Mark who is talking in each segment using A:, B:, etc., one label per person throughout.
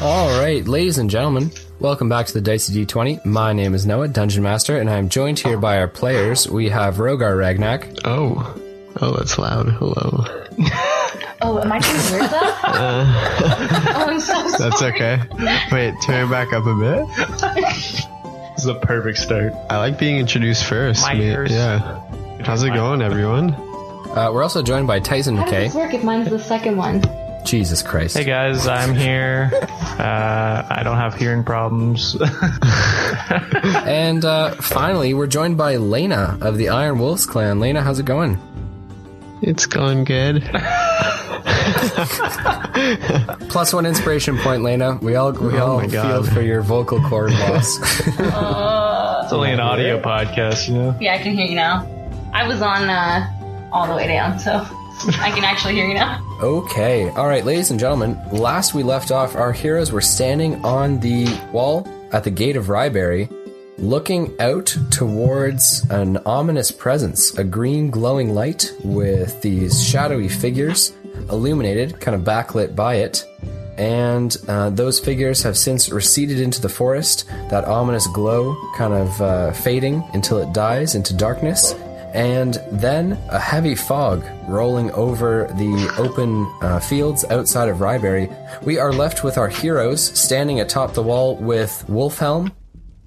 A: right, ladies and gentlemen, welcome back to the Dicey D20. My name is Noah, Dungeon Master, and I am joined here by our players. We have Rogar Ragnak.
B: Oh. Oh, that's loud. Hello.
C: Oh, am I too weird though? oh, I'm so sorry.
B: That's okay. Wait, turn it back up a bit.
D: This is the perfect start.
B: I like being introduced first.
E: My ears.
B: Yeah. How's it going, everyone?
A: Uh, we're also joined by Tyson
C: How does
A: McKay.
C: this work if mine's the second one?
A: Jesus Christ.
E: Hey guys, I'm here. Uh, I don't have hearing problems.
A: And uh, finally, we're joined by Lena of the Iron Wolves clan. Lena, how's it going?
B: It's going good.
A: Plus one inspiration point, Lena. We all we
B: Oh
A: all
B: my God.
A: feel for your vocal cord loss.
E: it's only an audio podcast, you know?
C: Yeah, I can hear you now. I was on uh, all the way down, so I can actually hear you now.
A: Okay. All right, ladies and gentlemen, last we left off, our heroes were standing on the wall at the gate of Ryberry, looking out towards an ominous presence, a green glowing light with these shadowy figures illuminated, kind of backlit by it. And uh, those figures have since receded into the forest, that ominous glow kind of uh, fading until it dies into darkness. And then a heavy fog rolling over the open uh, fields outside of Ryberry. We are left with our heroes standing atop the wall with Wolfhelm,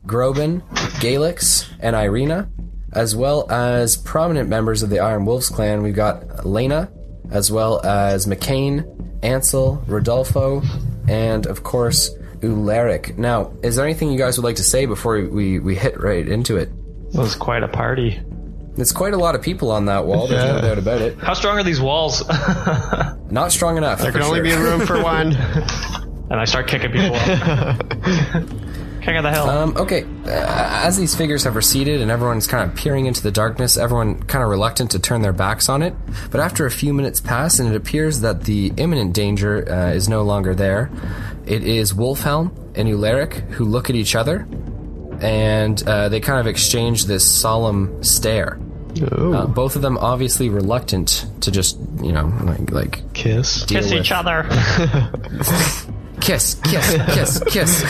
A: Groban, Galix, and Irina, as well as prominent members of the Iron Wolves clan. We've got Lena, as well as McCain, Ansel, Rodolfo, and of course Ularic. Now, is there anything you guys would like to say before we, we hit right into it?
E: It was quite a party.
A: It's quite a lot of people on that wall. There's no
B: Yeah.
A: doubt about it.
E: How strong are these walls? and
A: Not strong enough.
B: There can only be room for one.
E: I start kicking people up. King of the hill.
A: Um, okay, uh, as these figures have receded and everyone's kind of peering into the darkness, everyone kind of reluctant to turn their backs on it. But after a few minutes pass, and it appears that the imminent danger uh, is no longer there, it is Wolfhelm and Ularic who look at each other, and uh, they kind of exchange this solemn stare.
B: Ooh,
A: Uh, both of them obviously reluctant to just, you know, like, like
B: kiss.
A: deal
E: Kiss
A: with-
E: each other.
A: um, kiss, kiss, kiss, kiss.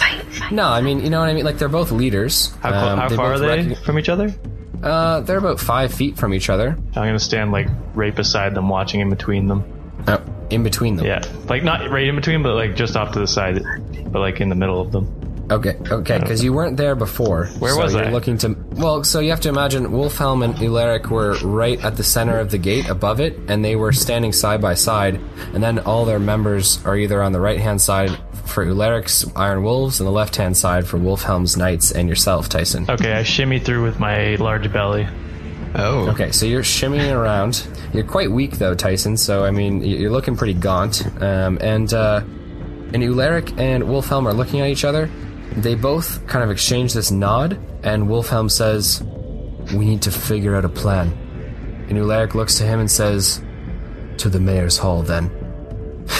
A: no, I mean, you know what I mean. Like they're both leaders.
E: How, clo-
A: Um,
E: how far are
A: both
E: they
A: recogni-
E: from each other?
A: Uh, they're about five feet from each other.
E: I'm gonna stand like right beside them, watching in between them.
A: Uh, in between them.
E: Yeah, like not right in between, but like just off to the side, but like in the middle of them.
A: Okay. Okay. Because you weren't there before. Where
E: was
A: you're
E: I?
A: Looking to. Well, so you have to imagine Wolfhelm and Ularic were right at the center of the gate above it, and they were standing side by side. And then all their members are either on the right hand side for Ularic's Iron Wolves, and the left hand side for Wolfhelm's Knights and yourself, Tyson.
E: Okay, I shimmy through with my large belly.
B: Oh.
A: Okay, so you're shimmying around. You're quite weak though, Tyson. So I mean, y- you're looking pretty gaunt. Um, and uh, and Ularic and Wolfhelm are looking at each other. They both kind of exchange this nod, and Wolfhelm says, "We need to figure out a plan." And Ularic looks to him and says, "To the mayor's hall, then."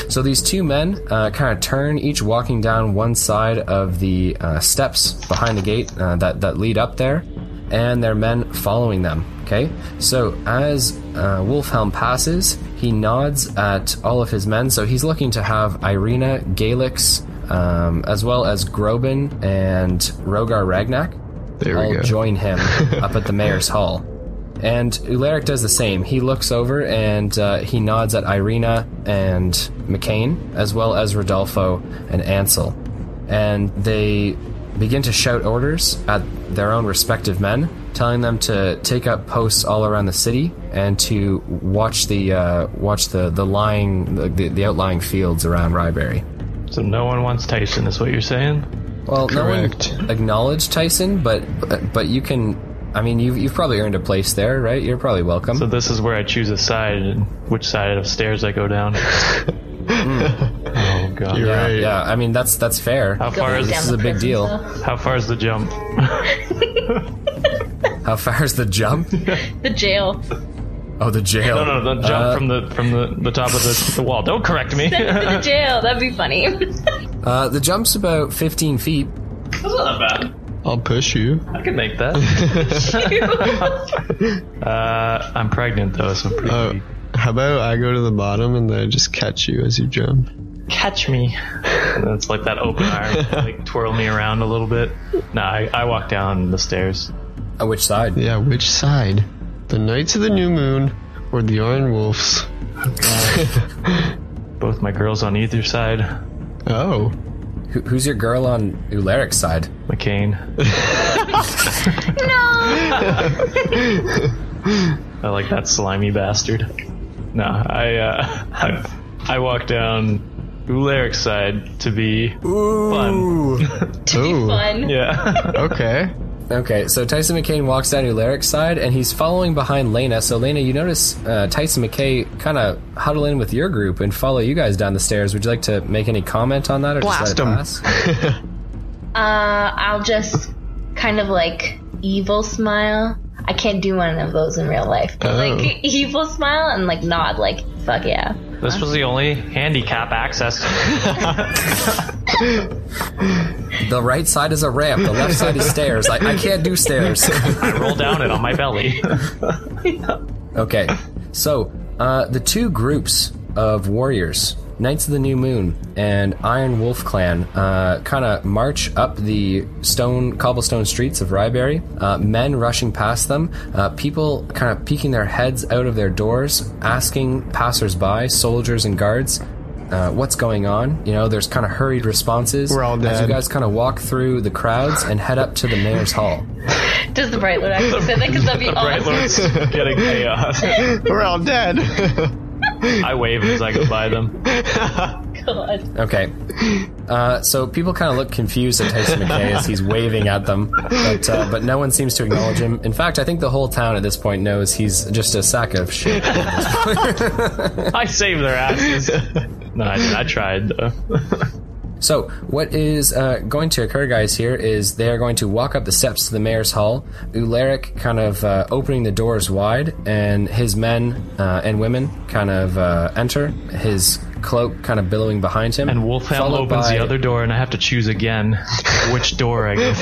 A: So these two men uh, kind of turn, each walking down one side of the uh, steps behind the gate uh, that that lead up there, and their men following them. Okay, so as uh, Wolfhelm passes, he nods at all of his men. So he's looking to have Irina, Galix, um, as well as Groban and Rogar Ragnak
B: There
A: all
B: we go.
A: join him up at the mayor's hall. And Ularic does the same. He looks over and uh, he nods at Irina and McCain, as well as Rodolfo and Ansel. And they begin to shout orders at their own respective men, telling them to take up posts all around the city and to watch the uh, watch the the lying the, the outlying fields around Ryberry.
E: So no one wants Tyson, is what you're saying?
A: Well,
B: Correct.
A: no one acknowledged Tyson, but but you can. I mean, you've you've probably earned a place there, right? You're probably welcome.
E: So this is where I choose a side and which side of stairs I go down. Oh god.
B: You're
A: yeah,
B: right.
A: yeah, I mean that's that's fair.
E: How far is
C: Down
A: this is
C: the
A: a big
C: prison
A: deal.
C: stuff.
E: how far is the jump?
A: How far is the jump?
C: The jail.
A: Oh, the jail.
E: No, no, no, the jump
A: Uh,
E: from the from the, the top of the, the wall. Don't correct me.
C: Send me to the jail. That'd be funny.
A: Uh, the jump's about 15 feet.
E: That's not bad.
B: I'll push you.
E: I can make that. uh, I'm pregnant though, so I'm pretty
B: Oh, how about I go to the bottom and then I just catch you as you jump?
E: catch me. And it's like that open arm, like twirl me around a little bit. Nah, I, I walk down the stairs.
A: On Uh, which side?
B: Yeah, which side? The Knights of the New Moon or the Iron Wolves?
E: Both my girls on either side.
B: Oh.
A: Who, who's your girl on Ularic's side?
E: McCain.
C: No.
E: I like that slimy bastard. Nah, I uh, I, I walk down Ularic's side to be
A: Ooh.
B: Oh.
C: Fun.
E: yeah.
B: Okay.
A: Okay, so Tyson McCain walks down Ularic's side, and he's following behind Lena. So Lena, you notice uh, Tyson McKay kind of huddle in with your group and follow you guys down the stairs. Would you like to make any comment on that, or
B: Blast him.
A: just let it pass?
C: Uh, I'll just kind of like evil smile. I can't do one of those in real life. But
A: Oh.
C: like evil smile and like nod, like fuck yeah.
E: This was the only handicap access.
A: The right side is a ramp. The left side is stairs. I, I can't do stairs.
E: I roll down it on my belly.
A: Okay, so uh, the two groups of warriors, Knights of the New Moon and Iron Wolf Clan, uh, kind of march up the stone cobblestone streets of Ryberry. Uh, men rushing past them, uh, people kind of peeking their heads out of their doors, asking passersby, soldiers and guards. Uh, what's going on? You know, there's kind of hurried responses.
B: We're all
A: As you
B: dead.
A: guys kind of walk through the crowds and head up to the mayor's hall.
C: Does the bright lord actually say that? Because that'd be
E: Right,
C: awesome.
E: Lord's getting chaos.
B: We're all dead.
E: I wave as I go by them.
C: God.
A: Okay. Uh, so people kind of look confused at Tyson McKay as he's waving at them, but uh, but no one seems to acknowledge him. In fact, I think the whole town at this point knows he's just a sack of shit.
E: I save their asses. No, I, didn't. I tried though.
A: So what is uh, going to occur, guys? Here is they are going to walk up the steps to the mayor's hall. Ularic kind of uh, opening the doors wide, and his men uh, and women kind of uh, enter. His cloak kind of billowing behind him,
E: And Wolfhelm
A: followed
E: opens
A: by-
E: the other door, and I have to choose again which door I go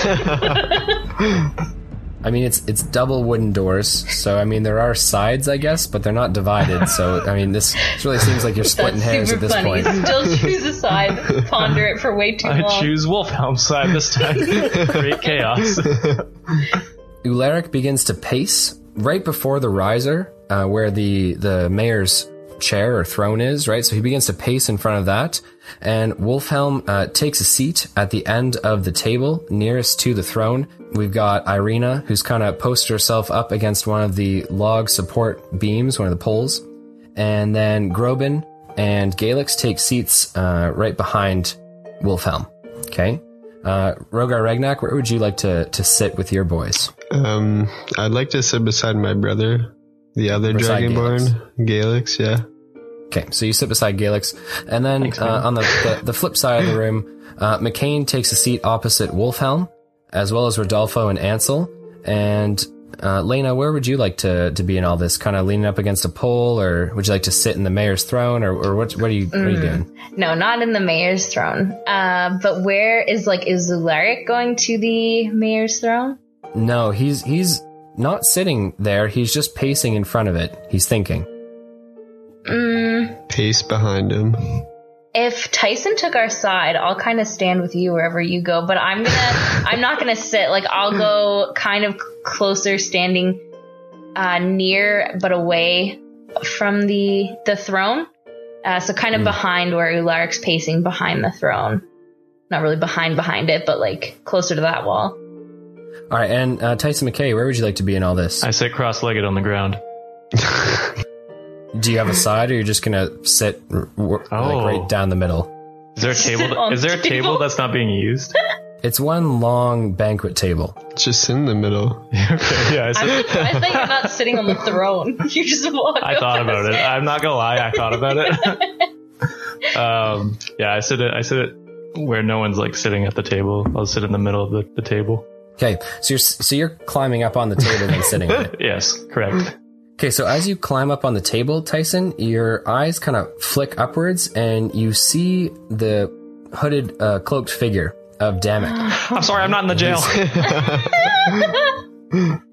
E: through.
A: I mean, it's it's double wooden doors, so I mean there are sides, I guess, but they're not divided. So I mean, this this really seems like you're splitting
C: That's
A: hairs at
C: super
A: this
C: funny.
A: point.
C: Still choose a side. Ponder it for way too
E: I
C: long.
E: choose Wolfhelm's side this time. Create chaos.
A: Ularic begins to pace right before the riser, uh, where the the mayor's chair or throne is. Right, so he begins to pace in front of that, and Wolfhelm uh, takes a seat at the end of the table nearest to the throne. We've got Irina, who's kind of posted herself up against one of the log support beams, one of the poles. and then Grobin and Galix take seats uh, right behind Wolfhelm. Okay, uh, Rogar Ragnak, where would you like to to sit with your boys?
B: Um, I'd like to sit beside my brother, the other
A: Beside
B: Dragonborn, Galix. Yeah.
A: Okay, so you sit beside Galix, and then uh, on the, the the flip side of the room, uh, McCain takes a seat opposite Wolfhelm, as well as Rodolfo and Ansel, and. Uh, Lena, where would you like to, to be in all this? Kind of leaning up against a pole, or would you like to sit in the mayor's throne, or, or what? What are you What
E: Mm.
A: are you doing?
C: No, not in the mayor's throne. Uh, but where is like is Zularic going to the mayor's throne?
A: No, he's he's not sitting there. He's just pacing in front of it. He's thinking.
C: Mm,
B: Pace behind him.
C: if Tyson took our side, I'll kind of stand with you wherever you go. But I'm gonna, I'm not gonna sit. Like I'll go kind of closer, standing uh, near but away from the the throne. Uh, so
E: Hmm.
C: kind of behind where Ularic's pacing behind the throne. Not really behind behind it, but like closer to that wall.
A: All right, and uh, Tyson McKay, where would you like to be in all this?
E: I sit cross-legged on the ground.
A: Do you have a side, or you're just gonna sit r- w-
E: Oh.
A: like right down the middle?
E: Is there a
C: Sit
E: table?
C: on
E: Is there a
C: the
E: table
C: table.
E: that's not being used?
A: It's one long banquet table.
B: Just in the middle.
E: okay, yeah. I, sit-
C: I'm surprised that you're not sitting on the throne. You just walk.
E: I thought
C: over.
E: about it. I'm not gonna lie. I thought about it. um, yeah, I sit. At, I sit at where no one's like sitting at the table. I'll sit in the middle of the, the table.
A: Okay, so you're s- so you're climbing up on the table and sitting on it.
E: Yes, correct.
A: Okay, so as you climb up on the table, Tyson, your eyes kind of flick upwards, and you see the hooded, uh, cloaked figure of Damek.
E: I'm sorry. I'm not in the jail.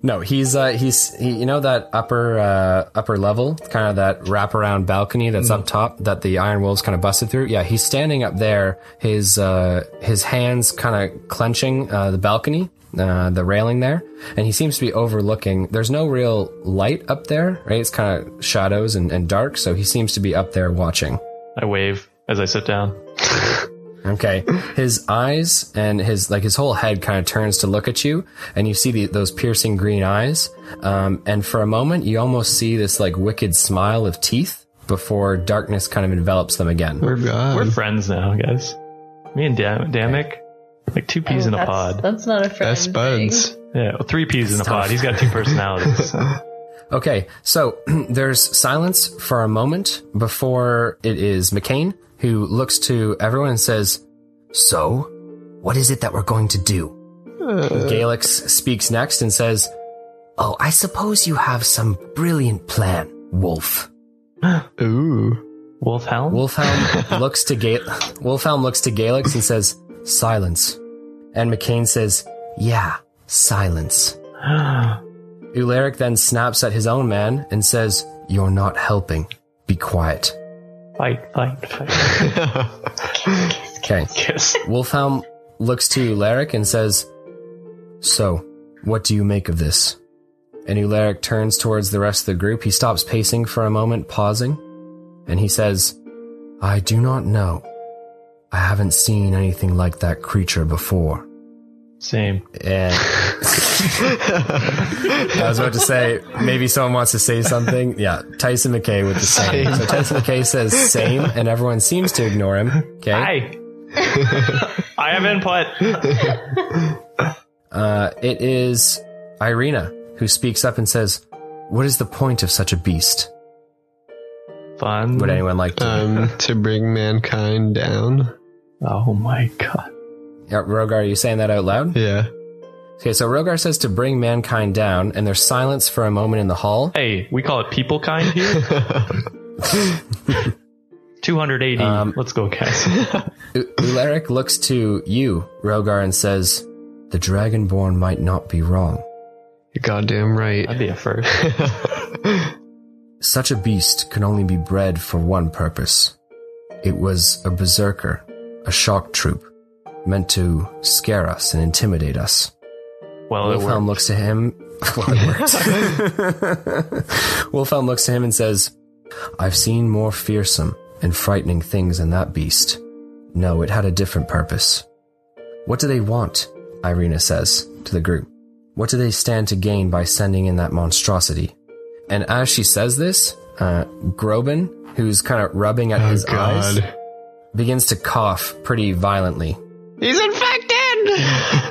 A: No, he's uh he's he, you know that upper uh upper level, kind of that wraparound balcony that's up top that the Iron Wolves kind of busted through. Yeah, he's standing up there, his uh his hands kind of clenching uh, the balcony, uh, the railing there, and he seems to be overlooking. There's no real light up there, right? It's kind of shadows and, and dark, so he seems to be up there watching.
E: I wave as I sit down.
A: Okay. His eyes and his like his whole head kind of turns to look at you, and you see the, those piercing green eyes. Um, and for a moment, you almost see this like wicked smile of teeth before darkness kind of envelops them again.
B: We're God.
E: We're friends now, guys. Me and Dam- Damick, like two peas in a
C: Oh, that's,
E: pod.
C: That's not a friend.
B: best buds.
E: Yeah, well, three peas in a pod. He's got two personalities.
A: Okay, so there's silence for a moment before it is McCain who looks to everyone and says, "So, what is it that we're going to do?" Galix speaks next and says, "Oh, I suppose you have some brilliant plan, Wolf."
B: Ooh.
E: Wolfhound.
A: Wolfhelm looks to Ga- Wolfhelm looks to Galix and says, "Silence." And McCain says, "Yeah, silence." Ularic then snaps at his own man and says, "You're not helping. Be quiet."
E: Fight, fight, fight.
A: Okay.
E: Kiss.
A: Wolfhelm looks to Ularic and says, So, what do you make of this? And Ularic turns towards the rest of the group. He stops pacing for a moment, pausing, and he says, I do not know. I haven't seen anything like that creature before.
E: Same.
A: And I was about to say, maybe someone wants to say something. Yeah, Tyson McKay with the same.
B: Same.
A: So Tyson McKay says same, and everyone seems to ignore him. Okay.
E: Hi. I have input.
A: Uh, it is Irina who speaks up and says, "What is the point of such a beast?
E: Fun.
B: Mm-hmm.
A: Would anyone like to?"
B: um, to bring mankind down.
E: oh my god.
A: Yeah, Rogar, are you saying that out loud?
B: Yeah.
A: Okay, so Rogar says to bring mankind down, and there's silence for a moment in the hall.
E: Hey, we call it people kind here. 280.
A: Um,
E: Let's go, guys.
A: U- Ularic looks to you, Rogar, and says, "The Dragonborn might not be wrong.
B: You're goddamn right.
E: That'd
B: Oh,
E: be a first.
A: Such a beast can only be bred for one purpose. It was a berserker, a shock troop, meant to scare us and intimidate us."
E: Well, it
A: Wolfhelm
E: worked.
A: looks to him. Well, it worked. Wolfhelm looks to him and says, I've seen more fearsome and frightening things than that beast. No, it had a different purpose. What do they want? Irina says to the group. What do they stand to gain by sending in that monstrosity? And as she says this, uh, Groban, who's kind of rubbing at
B: Oh
A: his eyes,
B: god.
A: begins to cough pretty violently.
B: He's infected!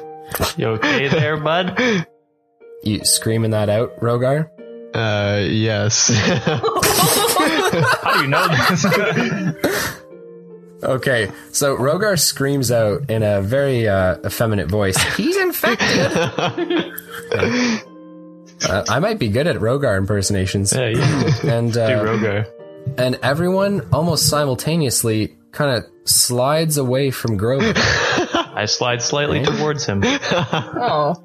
E: You okay there, bud?
A: You screaming that out, Rogar?
B: Uh, yes.
E: How do you know this?
A: Okay, so Rogar screams out in a very uh, effeminate voice. He's infected. uh, I might be good at Rogar impersonations,
E: yeah, you
A: and
E: do
A: uh,
E: Rogar.
A: and everyone almost simultaneously kind of slides away from Groban.
E: I slide slightly towards him.
C: Oh,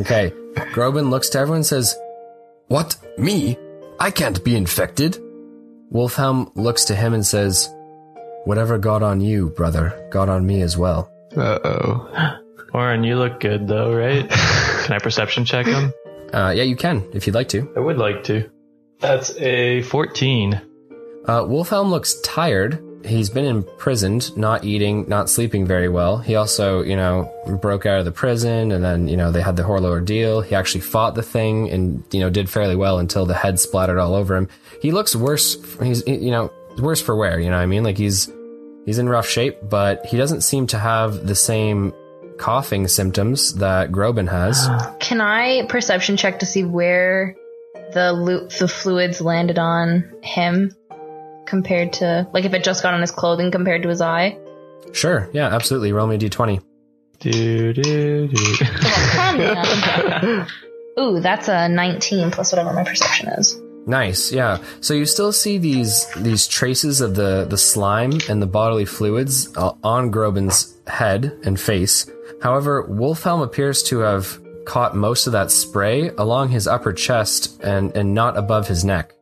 A: Okay, Groban looks to everyone and says, "What me? I can't be infected." Wolfhelm looks to him and says, "Whatever got on you, brother, got on me as well."
B: Uh oh.
E: Warren, you look good though, right? Can I perception check him?
A: Uh, yeah, you can if you'd like to.
E: I would like to. That's a 14.
A: Uh, Wolfhelm looks tired. He's been imprisoned, not eating, not sleeping very well. He also, you know, broke out of the prison and then, you know, they had the Horlo ordeal. He actually fought the thing and, you know, did fairly well until the head splattered all over him. He looks worse. He's, you know, worse for wear, you know what I mean? Like he's, he's in rough shape, but he doesn't seem to have the same coughing symptoms that Groban has.
C: can I perception check to see where the lu- the fluids landed on him compared to like if it just got on his clothing compared to his eye?
A: sure. Yeah, absolutely. Roll me a d20.
E: Do, do, do.
C: Come on. Ooh, that's a 19 plus whatever my perception is.
A: Nice, yeah. So you still see these these traces of the the slime and the bodily fluids uh, on Groban's head and face. However, Wolfhelm appears to have caught most of that spray along his upper chest and, and not above his neck.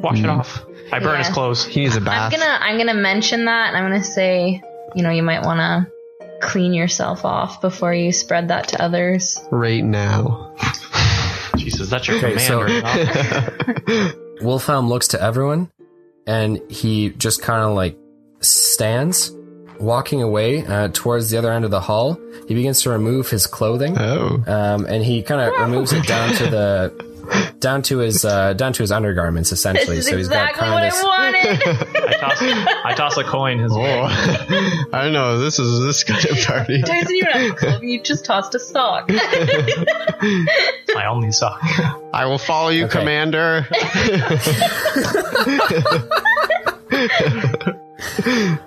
E: Wash it off. I burn his
C: Yeah.
E: clothes.
B: He needs a
C: I'm
B: bath.
C: gonna I'm gonna mention that and I'm gonna say, you know, you might wanna clean yourself off before you spread that to others.
B: right now.
E: Jesus, that's your
A: Okay,
E: command.
A: so-
E: right now.
A: Wolfhelm looks to everyone and he just kind of like stands, walking away uh, towards the other end of the hall. He begins to remove his clothing.
B: Oh.
A: um, and he kind of removes it down to the down to his uh, down to his undergarments
C: This
A: essentially.
C: is
A: so he's got
C: exactly
A: kind
C: what
A: of
C: I wanted.
E: I toss, I toss a coin his
B: Oh.
E: way.
B: I don't know. This is this kind of party.
C: Tyson, you went out clubbing, you just tossed a sock.
E: It's my only sock.
B: I will follow you,
A: Okay.
B: Commander.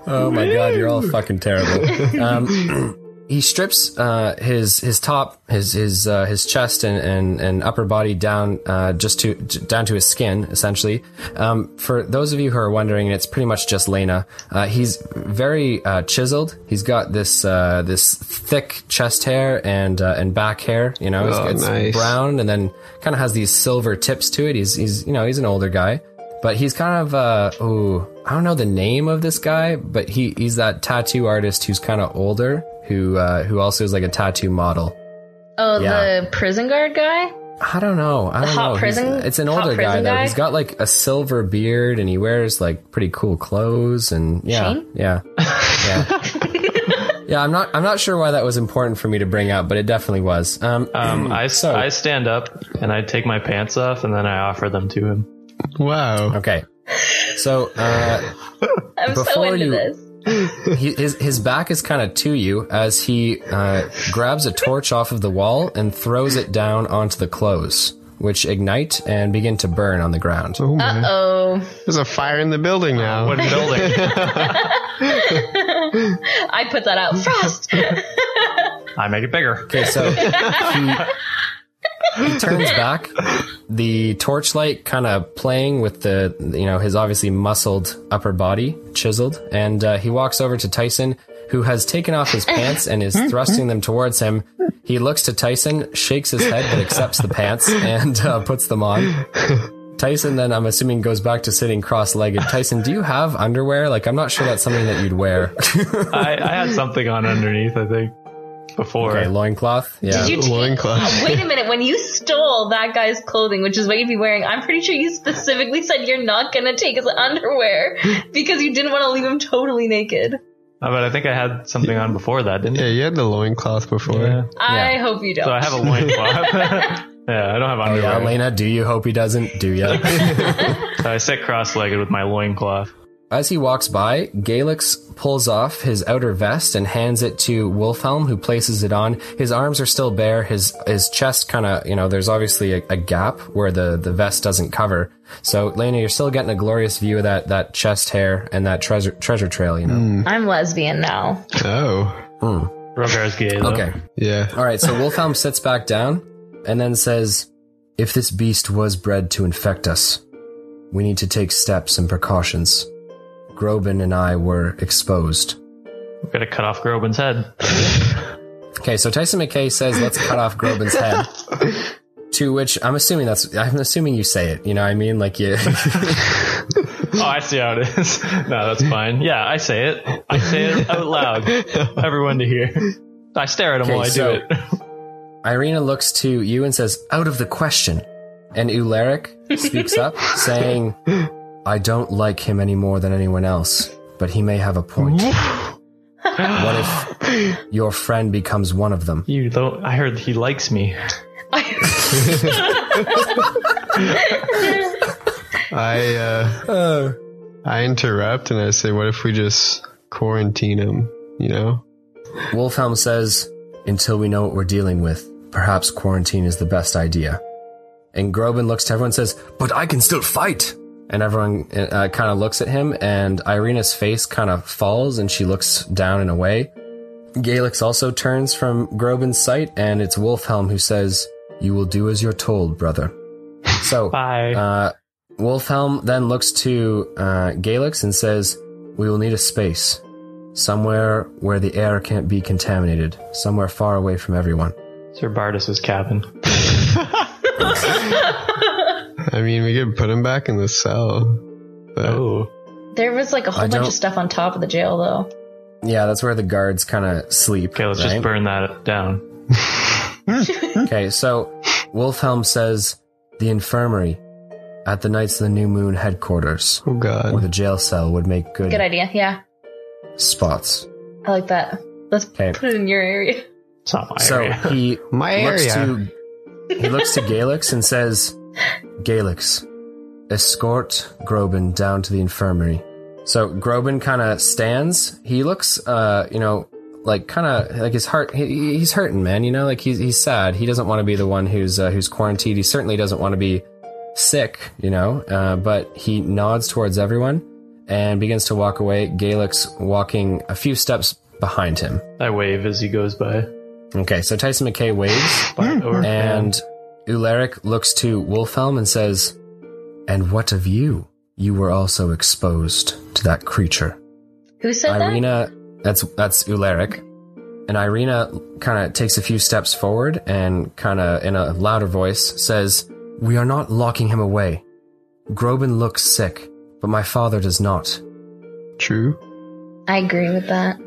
A: oh my god, you're all fucking terrible. Um, he strips uh, his his top his his uh, his chest and, and, and upper body down uh, just to j- down to his skin essentially. Um, for those of you who are wondering, it's pretty much just Lena. Uh, he's very uh, chiseled. He's got this uh, this thick chest hair and uh, and back hair. You know,
B: Oh,
A: it's, it's
B: nice.
A: brown and then kind of has these silver tips to it. He's he's you know he's an older guy, but he's kind of uh oh I don't know the name of this guy, but he he's that tattoo artist who's kind of older who uh, who also is like a tattoo model.
C: Oh,
A: Yeah.
C: the prison guard guy?
A: I don't know. I don't
C: hot
A: know. He's-
C: prison-
A: it's an
C: hot
A: older guy
C: prison
A: though.
C: guy?
A: He's got like a silver beard and he wears like pretty cool clothes and yeah,
C: Shane?
A: yeah, yeah. Yeah, I'm not. I'm not sure why that was important for me to bring up, but it definitely was. Um,
C: Uh.
E: Um, I,
A: So-
E: I stand up and I take my pants off and then I offer them to him.
B: wow.
A: okay, so uh,
C: I'm so
A: Before
C: into
A: you-
C: this.
A: he, his his back is kind of to you as he uh, grabs a torch off of the wall and throws it down onto the clothes, which ignite and begin to burn on the ground.
B: Oh my.
C: Uh oh.
B: There's a fire in the building
A: Uh,
B: now.
E: Wooden building.
C: I put that out. Frost!
E: I make it bigger.
A: Okay, so he, he turns back, the torchlight kind of playing with the you know his obviously muscled upper body, chiseled, and uh, he walks over to Tyson, who has taken off his pants and is thrusting them towards him. He looks to Tyson, shakes his head, but accepts the pants and uh, puts them on. Tyson then, I'm assuming, goes back to sitting cross-legged. Tyson, do you have underwear? Like, I'm not sure that's something that you'd wear.
E: I, I had something on underneath, I think, before.
A: okay, loincloth. Yeah.
C: Did you take- Oh,
B: Loincloth.
C: Wait a minute, when you stole that guy's clothing, which is what you'd be wearing, I'm pretty sure you specifically said you're not gonna take his underwear because you didn't want to leave him totally naked.
E: Uh, But I think I had something on before that, didn't
B: Yeah,
E: I?
B: you had the loincloth before.
E: Yeah.
C: I hope you don't.
E: So I have a loincloth. yeah, I don't have
A: Oh, yeah,
E: underwear.
A: Elena, do you hope he doesn't? Do ya?
E: so I sit cross-legged with my loincloth.
A: As he walks by, Galix pulls off his outer vest and hands it to Wolfhelm, who places it on. His arms are still bare. His his chest kind of, you know, there's obviously a, a gap where the, the vest doesn't cover. So, Lena, you're still getting a glorious view of that, that chest hair and that treasure treasure trail, you know. Mm.
C: I'm lesbian now.
B: Oh.
E: Rogar's gay. Though.
A: Okay.
B: Yeah.
A: All right, so Wolfhelm sits back down and then says, If this beast was bred to infect us, we need to take steps and precautions. Groban and I were exposed.
E: We're gonna cut off Groban's head.
A: Okay, so Tyson McKay says, "Let's cut off Groban's head." to which I'm assuming that's I'm assuming you say it. You know, what I mean, like you.
E: Oh, I see how it is. no, that's fine. Yeah, I say it. I say it out loud. Everyone to hear. I stare at him
A: Okay,
E: while I
A: so-
E: do it.
A: Irina looks to you and says, "Out of the question." And Ularic speaks up, saying, "I don't like him any more than anyone else, but he may have a point. what if your friend becomes one of them?"
E: You don't. I heard he likes me.
B: I uh I interrupt and I say, What if we just quarantine him? You know?
A: Wolfhelm says, Until we know what we're dealing with, perhaps quarantine is the best idea. And Groban looks to everyone and says, But I can still fight! And everyone uh, kind of looks at him, and Irina's face kind of falls and she looks down and away. Galix also turns from Groban's sight, and it's Wolfhelm who says, You will do as you're told, brother. So,
E: Bye.
A: uh, Wolfhelm then looks to uh, Galix and says, We will need a space. Somewhere where the air can't be contaminated. Somewhere far away from everyone.
E: Sir Bardas's cabin.
B: I mean, we could put him back in the cell. But
E: Oh,
C: There was like a whole
A: I
C: bunch
A: don't-
C: of stuff on top of the jail though.
A: Yeah, that's where the guards kind of sleep.
E: okay. Let's just
A: right?
E: burn that down.
A: Okay, so Wolfhelm says the infirmary at the Knights of the New Moon headquarters
B: oh
A: or the
B: god.
A: jail cell would make good,
C: Good idea. Yeah.
A: spots.
C: I like that. Let's
A: Okay.
C: put it in your area.
E: It's not my
A: So
E: area.
A: he
B: My
A: looks
B: area.
A: to he looks to Galix and says, "Galix, escort Groban down to the infirmary." So Groban kind of stands. He looks, uh, you know, like kind of like his heart. He, he's hurting, man. You know, like he's he's sad. He doesn't want to be the one who's uh, who's quarantined. He certainly doesn't want to be sick. You know, uh, but he nods towards everyone and begins to walk away. Galix walking a few steps behind him.
E: I wave as he goes by.
A: Okay, so Tyson McKay waves.
E: Black Orc Man.
A: And Ularic looks to Wolfhelm and says, And what of you? You were also exposed to that creature.
C: Who said that?
A: Irina, that's that's Ularic. And Irina kind of takes a few steps forward and kind of in a louder voice says, "We are not locking him away. Groban looks sick, but my father does not."
B: True.
C: I agree with that.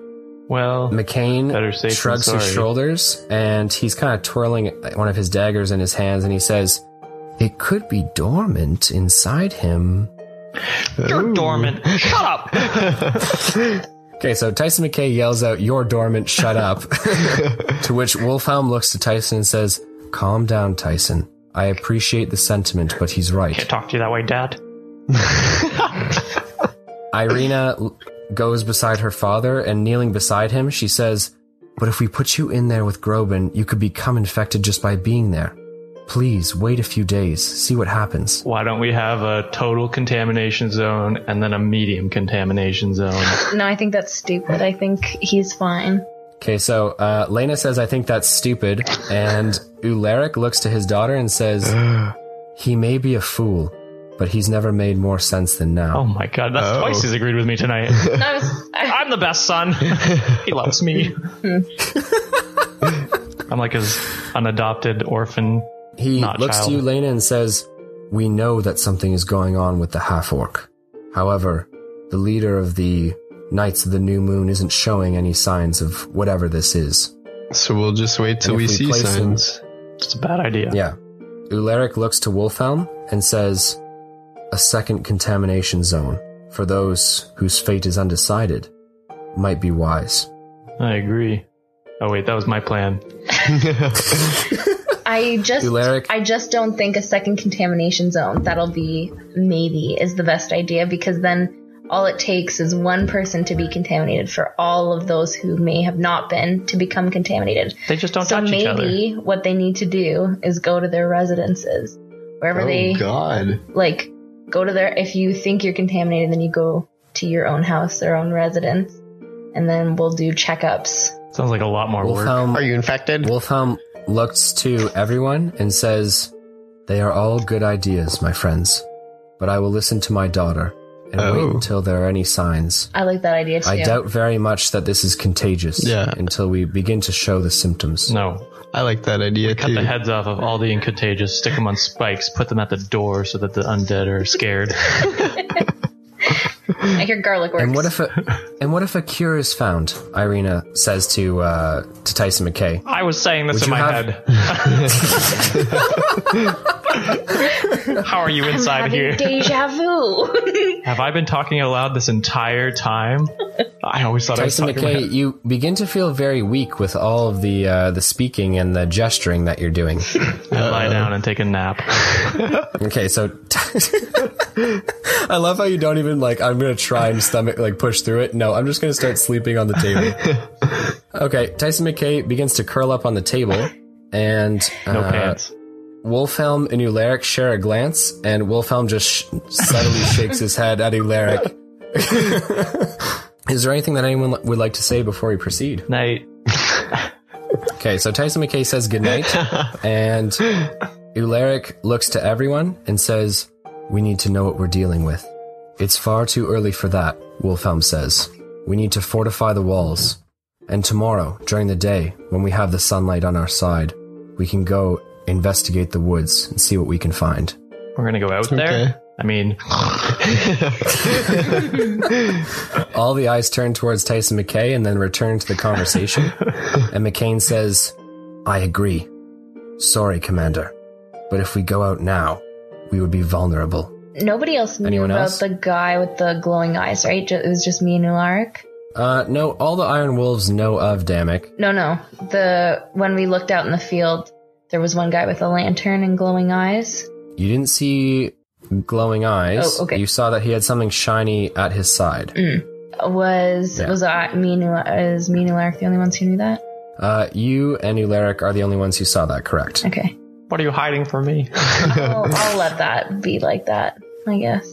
E: well, Better
A: McCain
E: safe than
A: shrugs his
E: sorry.
A: shoulders and he's kind of twirling one of his daggers in his hands and he says, It could be dormant inside him.
B: Ooh.
E: Shut up.
A: Okay, so Tyson McKay yells out, You're dormant, shut up. to which Wolfhelm looks to Tyson and says, Calm down, Tyson. I appreciate the sentiment, but he's right.
E: Can't talk to you that way, Dad.
A: Irina l- goes beside her father and kneeling beside him, she says, But if we put you in there with Groban, you could become infected just by being there. Please wait a few days, see what happens.
E: Why don't we have a total contamination zone and then a medium contamination zone?
C: No, I think that's stupid. I think he's fine.
A: Okay, so uh, Lena says, I think that's stupid. And Ularic looks to his daughter and says, He may be a fool, but he's never made more sense than now.
E: Oh my god, that's
B: Oh.
E: twice he's agreed with me tonight.
C: No, I was, I,
E: I'm the best son. he loves me. I'm like his unadopted orphan.
A: he
E: not
A: looks
E: child.
A: to you, Lena, and says, We know that something is going on with the half orc. However, the leader of the Knights of the New Moon isn't showing any signs of whatever this is.
B: so we'll just wait till
A: And
B: we
A: if we
B: see
A: place him-
B: signs.
E: It's a bad idea.
A: Yeah. Ularic looks to Wolfhelm and says, A second contamination zone for those whose fate is undecided might be wise.
E: I agree. Oh wait, that was my plan.
C: I just,
A: Ularic.
C: I just don't think a second contamination zone that'll be maybe is the best idea because then all it takes is one person to be contaminated for all of those who may have not been to become contaminated.
E: They just don't
C: so
E: touch each other.
C: maybe what they need to do is go to their residences, wherever they
B: oh god.
C: like go to their if you think you're contaminated then you go to your own house their own residence and then we'll do checkups
E: Sounds like a lot more work.
A: Wolfhelm,
B: you infected?
A: Wolfhelm looks to everyone and says, They are all good ideas, my friends, but I will listen to my daughter and
B: Oh.
A: wait until there are any signs.
C: i like that idea too
A: I doubt very much that this is contagious
B: Yeah.
A: until we begin to show the symptoms.
E: No,
B: I like that idea
E: cut
B: too.
E: the heads off of all the incontagious, stick them on spikes, put them at the door so that the undead are scared.
C: i hear garlic works
A: And what if a and what if a cure is found? Irina says to uh, to Tyson McKay.
E: I was saying this
A: Would
E: in
A: you
E: my
A: have-
E: head. How are you inside
C: Having
E: here?
C: deja vu
E: Have I been talking aloud this entire time? I always thought
A: Tyson
E: I was talking
A: McKay, you begin to feel very weak with all of the uh, the speaking and the gesturing that you're doing.
E: I lie down and take a nap.
A: Okay, so I love how you don't even like. I'm gonna try and stomach like push through it. No, I'm just gonna start sleeping on the table. Okay, Tyson McKay begins to curl up on the table, and
E: No
A: uh,
E: pants.
A: Wolfhelm and Ularic share a glance, and Wolfhelm just sh- subtly shakes his head at Ularic. Is there anything that anyone would like to say before we proceed?
E: Night.
A: Okay, so Tyson McKay says goodnight, and Ularic looks to everyone and says, We need to know what we're dealing with. It's far too early for that, Wolfhelm says. We need to fortify the walls. And tomorrow, during the day, when we have the sunlight on our side, we can go investigate the woods and see what we can find.
E: We're gonna go out
B: Okay.
E: there. I mean,
A: All the eyes turn towards Tyson McKay and then return to the conversation. and McCain says, I agree. Sorry, Commander. But if we go out now, we would be vulnerable.
C: Nobody else knew
A: Anyone
C: about
A: else?
C: the guy with the glowing eyes, right? Ju- It was just me and Ularic.
A: Uh, no, all the Iron Wolves know of Damek.
C: No, no. The when we looked out in the field, there was one guy with a lantern and glowing eyes.
A: You didn't see glowing eyes.
C: Oh, okay. Mm.
A: You saw that he had something shiny at his side.
C: Was
A: Yeah.
C: was I, me and Ula- is me and Ularic the only ones who knew that?
A: Uh, you and Ularic are the only ones who saw that, correct?
C: Okay,
E: what are you hiding from me?
C: I'll, I'll let that be like that. I guess.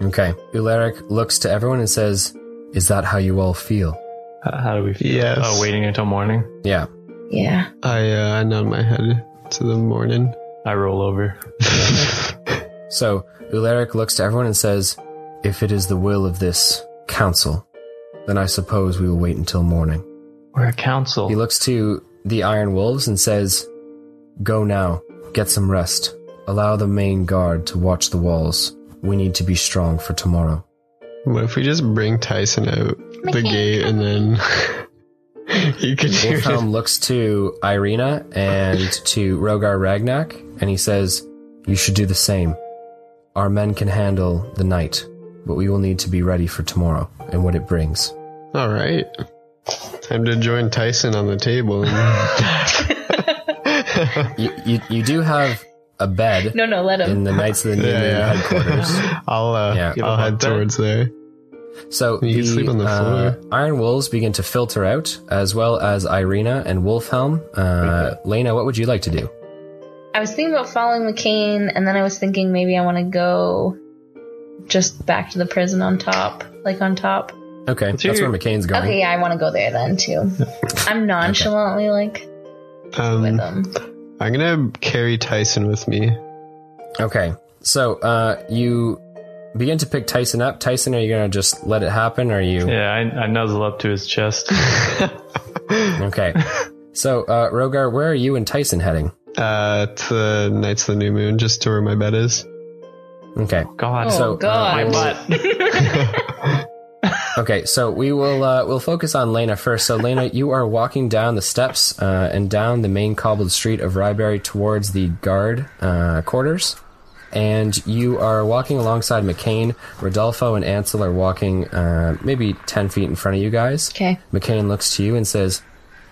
A: Okay. Ularic looks to everyone and says, Is that how you all feel?
E: How, how do we feel?
B: Yes.
E: Oh, waiting until morning.
A: Yeah.
C: Yeah.
B: I uh, I nod my head to the morning.
E: I roll over.
A: So Ularic looks to everyone and says, If it is the will of this council, then I suppose we will wait until morning.
E: We're a council.
A: He looks to the Iron Wolves and says, Go now, get some rest. Allow the main guard to watch the walls. We need to be strong for tomorrow.
B: What if we just bring Tyson out the
C: McCain.
B: gate and then he could hear it?
A: Wolfhelm looks to Irina and to Rogar Ragnak and he says, You should do the same. Our men can handle the night, but we will need to be ready for tomorrow and what it brings.
B: All right, time to join Tyson on the table. And
A: you, you, you do have a bed
C: No, no. Let
A: in
C: him.
A: the Knights of the New Moon
B: Yeah, yeah.
A: headquarters.
B: I'll uh,
A: Yeah.
B: I'll head towards there.
A: So
B: You
A: the,
B: can sleep on the
A: uh,
B: floor.
A: Iron Wolves begin to filter out, as well as Irina and Wolfhelm. Uh, Lena, what would you like to do?
C: I was thinking about following McCain, and then I was thinking maybe I want to go just back to the prison on top, like on top.
A: Okay,
E: Let's
A: that's
E: hear-
A: where McCain's going.
C: Okay, yeah, I want to go there then too. I'm nonchalantly like with
B: Um,
C: them.
B: I'm gonna carry Tyson with me.
A: Okay, so uh, you begin to pick Tyson up. Tyson, are you going to just let it happen? Or are you.
E: yeah, I, I nuzzle up to his chest.
A: Okay. So, uh, Rogar, where are you and Tyson heading?
B: Uh, to the Knights of the New Moon, just to where my bed is.
A: Okay.
E: God,
C: Oh
A: so, uh,
C: God!
E: my butt.
A: Okay, so we will uh, we'll focus on Lena first. So Lena, you are walking down the steps uh, and down the main cobbled street of Ryberry towards the guard uh, quarters, and you are walking alongside McCain. Rodolfo and Ansel are walking uh, maybe ten feet in front of you guys.
C: Okay,
A: McCain looks to you and says,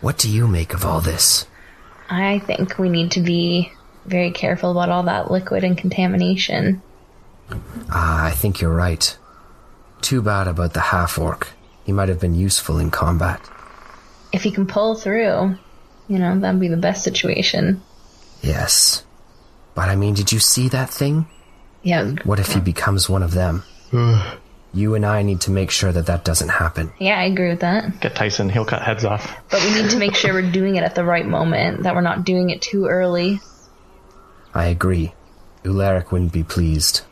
A: "What do you make of all this?"
C: I think we need to be very careful about all that liquid and contamination.
A: Ah, I think you're right. Too bad about the half orc. He might have been useful in combat.
C: If he can pull through, you know that'd be the best situation.
A: Yes, but I mean, did you see that thing?
C: Yeah,
A: What if he becomes one of them? you and I need to make sure that that doesn't happen.
C: yeah, I agree with that.
E: Get Tyson. He'll cut heads off.
C: But we need to make sure we're doing it at the right moment, that we're not doing it too early.
A: I agree. Ularic wouldn't be pleased.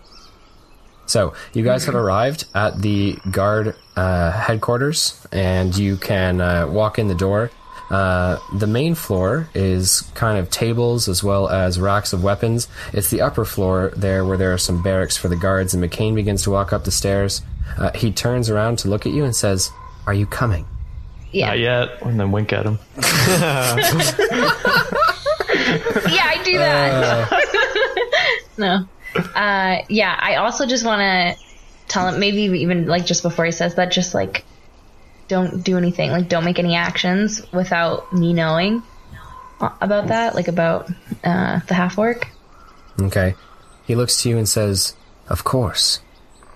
A: So, you guys have arrived at the guard uh, headquarters, and you can uh, walk in the door. Uh, the main floor is kind of tables as well as racks of weapons. It's the upper floor there where there are some barracks for the guards, and McCain begins to walk up the stairs. Uh, he turns around to look at you and says, Are you coming?
C: Yeah,
E: Not
C: yeah,
E: yet. And then wink at him.
C: I do that. no, uh, yeah, I also just want to tell him maybe even like just before he says that, just like don't do anything, like don't make any actions without me knowing a- about that, like about uh, the half work.
A: Okay. He looks to you and says, Of course.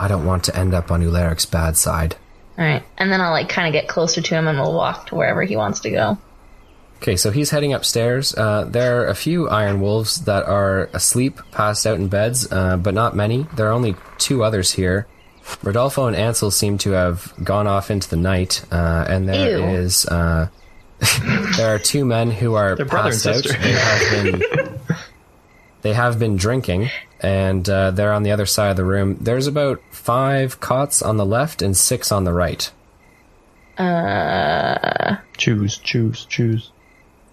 A: I don't want to end up on Ularic's bad side.
C: All right, and then I'll like kind of get closer to him, and we'll walk to wherever he wants to go.
A: Okay, so he's heading upstairs. Uh, there are a few iron wolves that are asleep, passed out in beds, uh, but not many. There are only two others here. Rodolfo and Ansel seem to have gone off into the night, uh, and there is
C: Ew.
A: uh, there are two men who are
E: brother and
A: passed out.
E: sister.
A: They have been they have been drinking, and uh, they're on the other side of the room. There's about five cots on the left and six on the right.
E: Choose, choose, choose.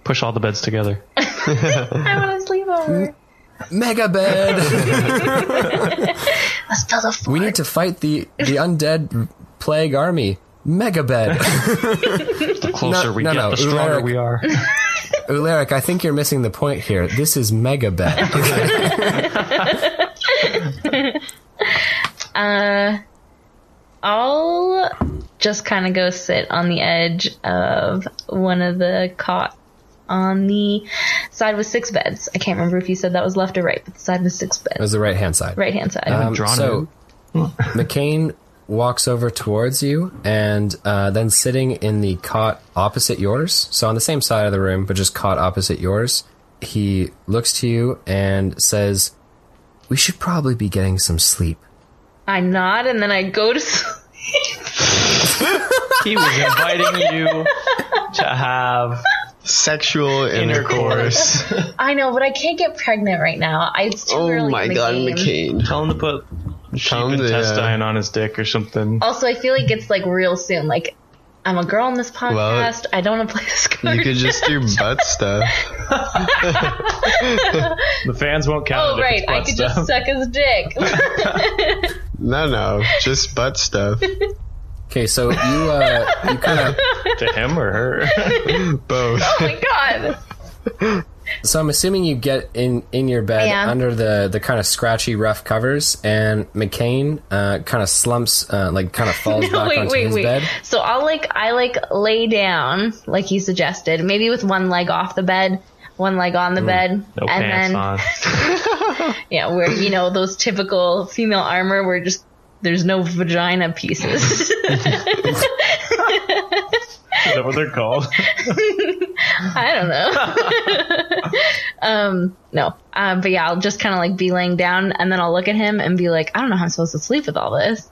E: push all the beds together.
C: I want to sleep over.
A: Mega bed.
C: Let's build a fort.
A: we need to fight the the undead plague army. Mega bed.
E: The closer we
A: no,
E: get,
A: no,
E: the stronger
A: Ularic-
E: we are.
A: Ularic, I think you're missing the point here. This is mega bed.
C: I'll just kind of go sit on the edge of one of the cot on the side with six beds. I can't remember if you said that was left or right, but the side with six
A: It
C: beds.
A: was the right hand side.
C: Right hand side.
A: Um,
E: drawn
A: so McCain walks over towards you and uh, then sitting in the cot opposite yours, so on the same side of the room, but just cot opposite yours, he looks to you and says, We should probably be getting some sleep.
C: I nod and then I go to sleep.
E: he was inviting you to have
B: Sexual intercourse.
C: I know, but I can't get pregnant right now. I, it's too
B: oh
C: early
B: my
C: in the
B: god,
C: game.
B: McCain.
E: tell him to put sheep
B: Tell him to, uh,
E: intestine on his dick or something.
C: Also, I feel like it's like real soon. Like, I'm a girl in this podcast. I don't want to play this card.
B: You could just do butt stuff.
E: The fans won't count.
C: oh,
E: it if
C: right.
E: it's
C: I
E: butt
C: could
E: stuff.
C: just suck his dick. Oh
B: No, no, just butt stuff.
A: Okay, so you uh, you kind of
E: to him or her.
B: Both.
C: oh my god.
A: So I'm assuming you get in in your bed
C: Yeah.
A: under the the kind of scratchy, rough covers, and McCain uh, kind of slumps, uh, like kind of falls
C: No,
A: back
C: wait,
A: onto
C: wait,
A: his
C: wait.
A: bed.
C: So I'll like I like lay down like he suggested, maybe with one leg off the bed, one leg on the bed,
E: No
C: and
E: pants
C: then
E: on.
C: yeah, where you know those typical female armor where just there's no vagina pieces.
E: Is that what they're called?
C: I don't know. um, no, um, but yeah, I'll just kind of like be laying down, and then I'll look at him and be like, I don't know how I'm supposed to sleep with all this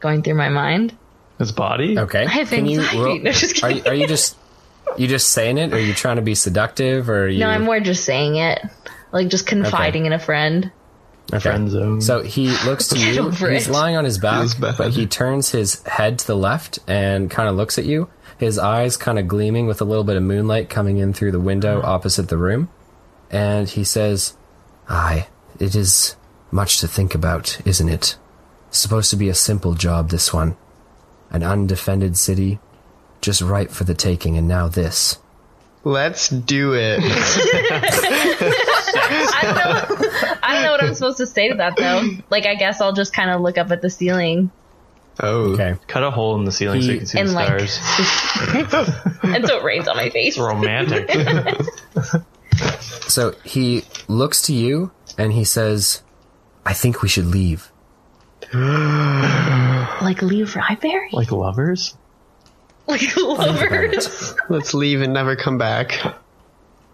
C: going through my mind.
E: His body?
A: Okay,
C: I have
A: Can you
C: anxiety.
A: roll-
C: No, just
A: are,
C: kidding.
A: you- are you just you just saying it, or are you trying to be seductive, or are you?
C: No, I'm more just saying it, like just confiding in a friend.
A: okay.
E: Friend zone.
A: So he looks to
C: Get
A: you.
C: over
A: He's
C: it.
A: lying on his back,
B: Feels bad.
A: but he turns his head to the left and kind of looks at you. His eyes kind of gleaming with a little bit of moonlight coming in through the window opposite the room. And he says, Aye, it is much to think about, isn't it? Supposed to be a simple job, this one. An undefended city, just ripe for the taking, and now this.
B: Let's do it.
C: I don't, I don't know what I'm supposed to say to that though. Like, I guess I'll just kind of look up at the ceiling
B: Oh.
A: Okay.
E: Cut a hole in the ceiling so
A: He-
E: you can see
C: and
E: the
C: like,
E: stars.
C: and so it rains on my face.
E: Romantic.
A: So he looks to you and he says, I think we should leave.
C: Like leave Ryberry,
E: like lovers?
C: like lovers.
B: Let's leave and never come back.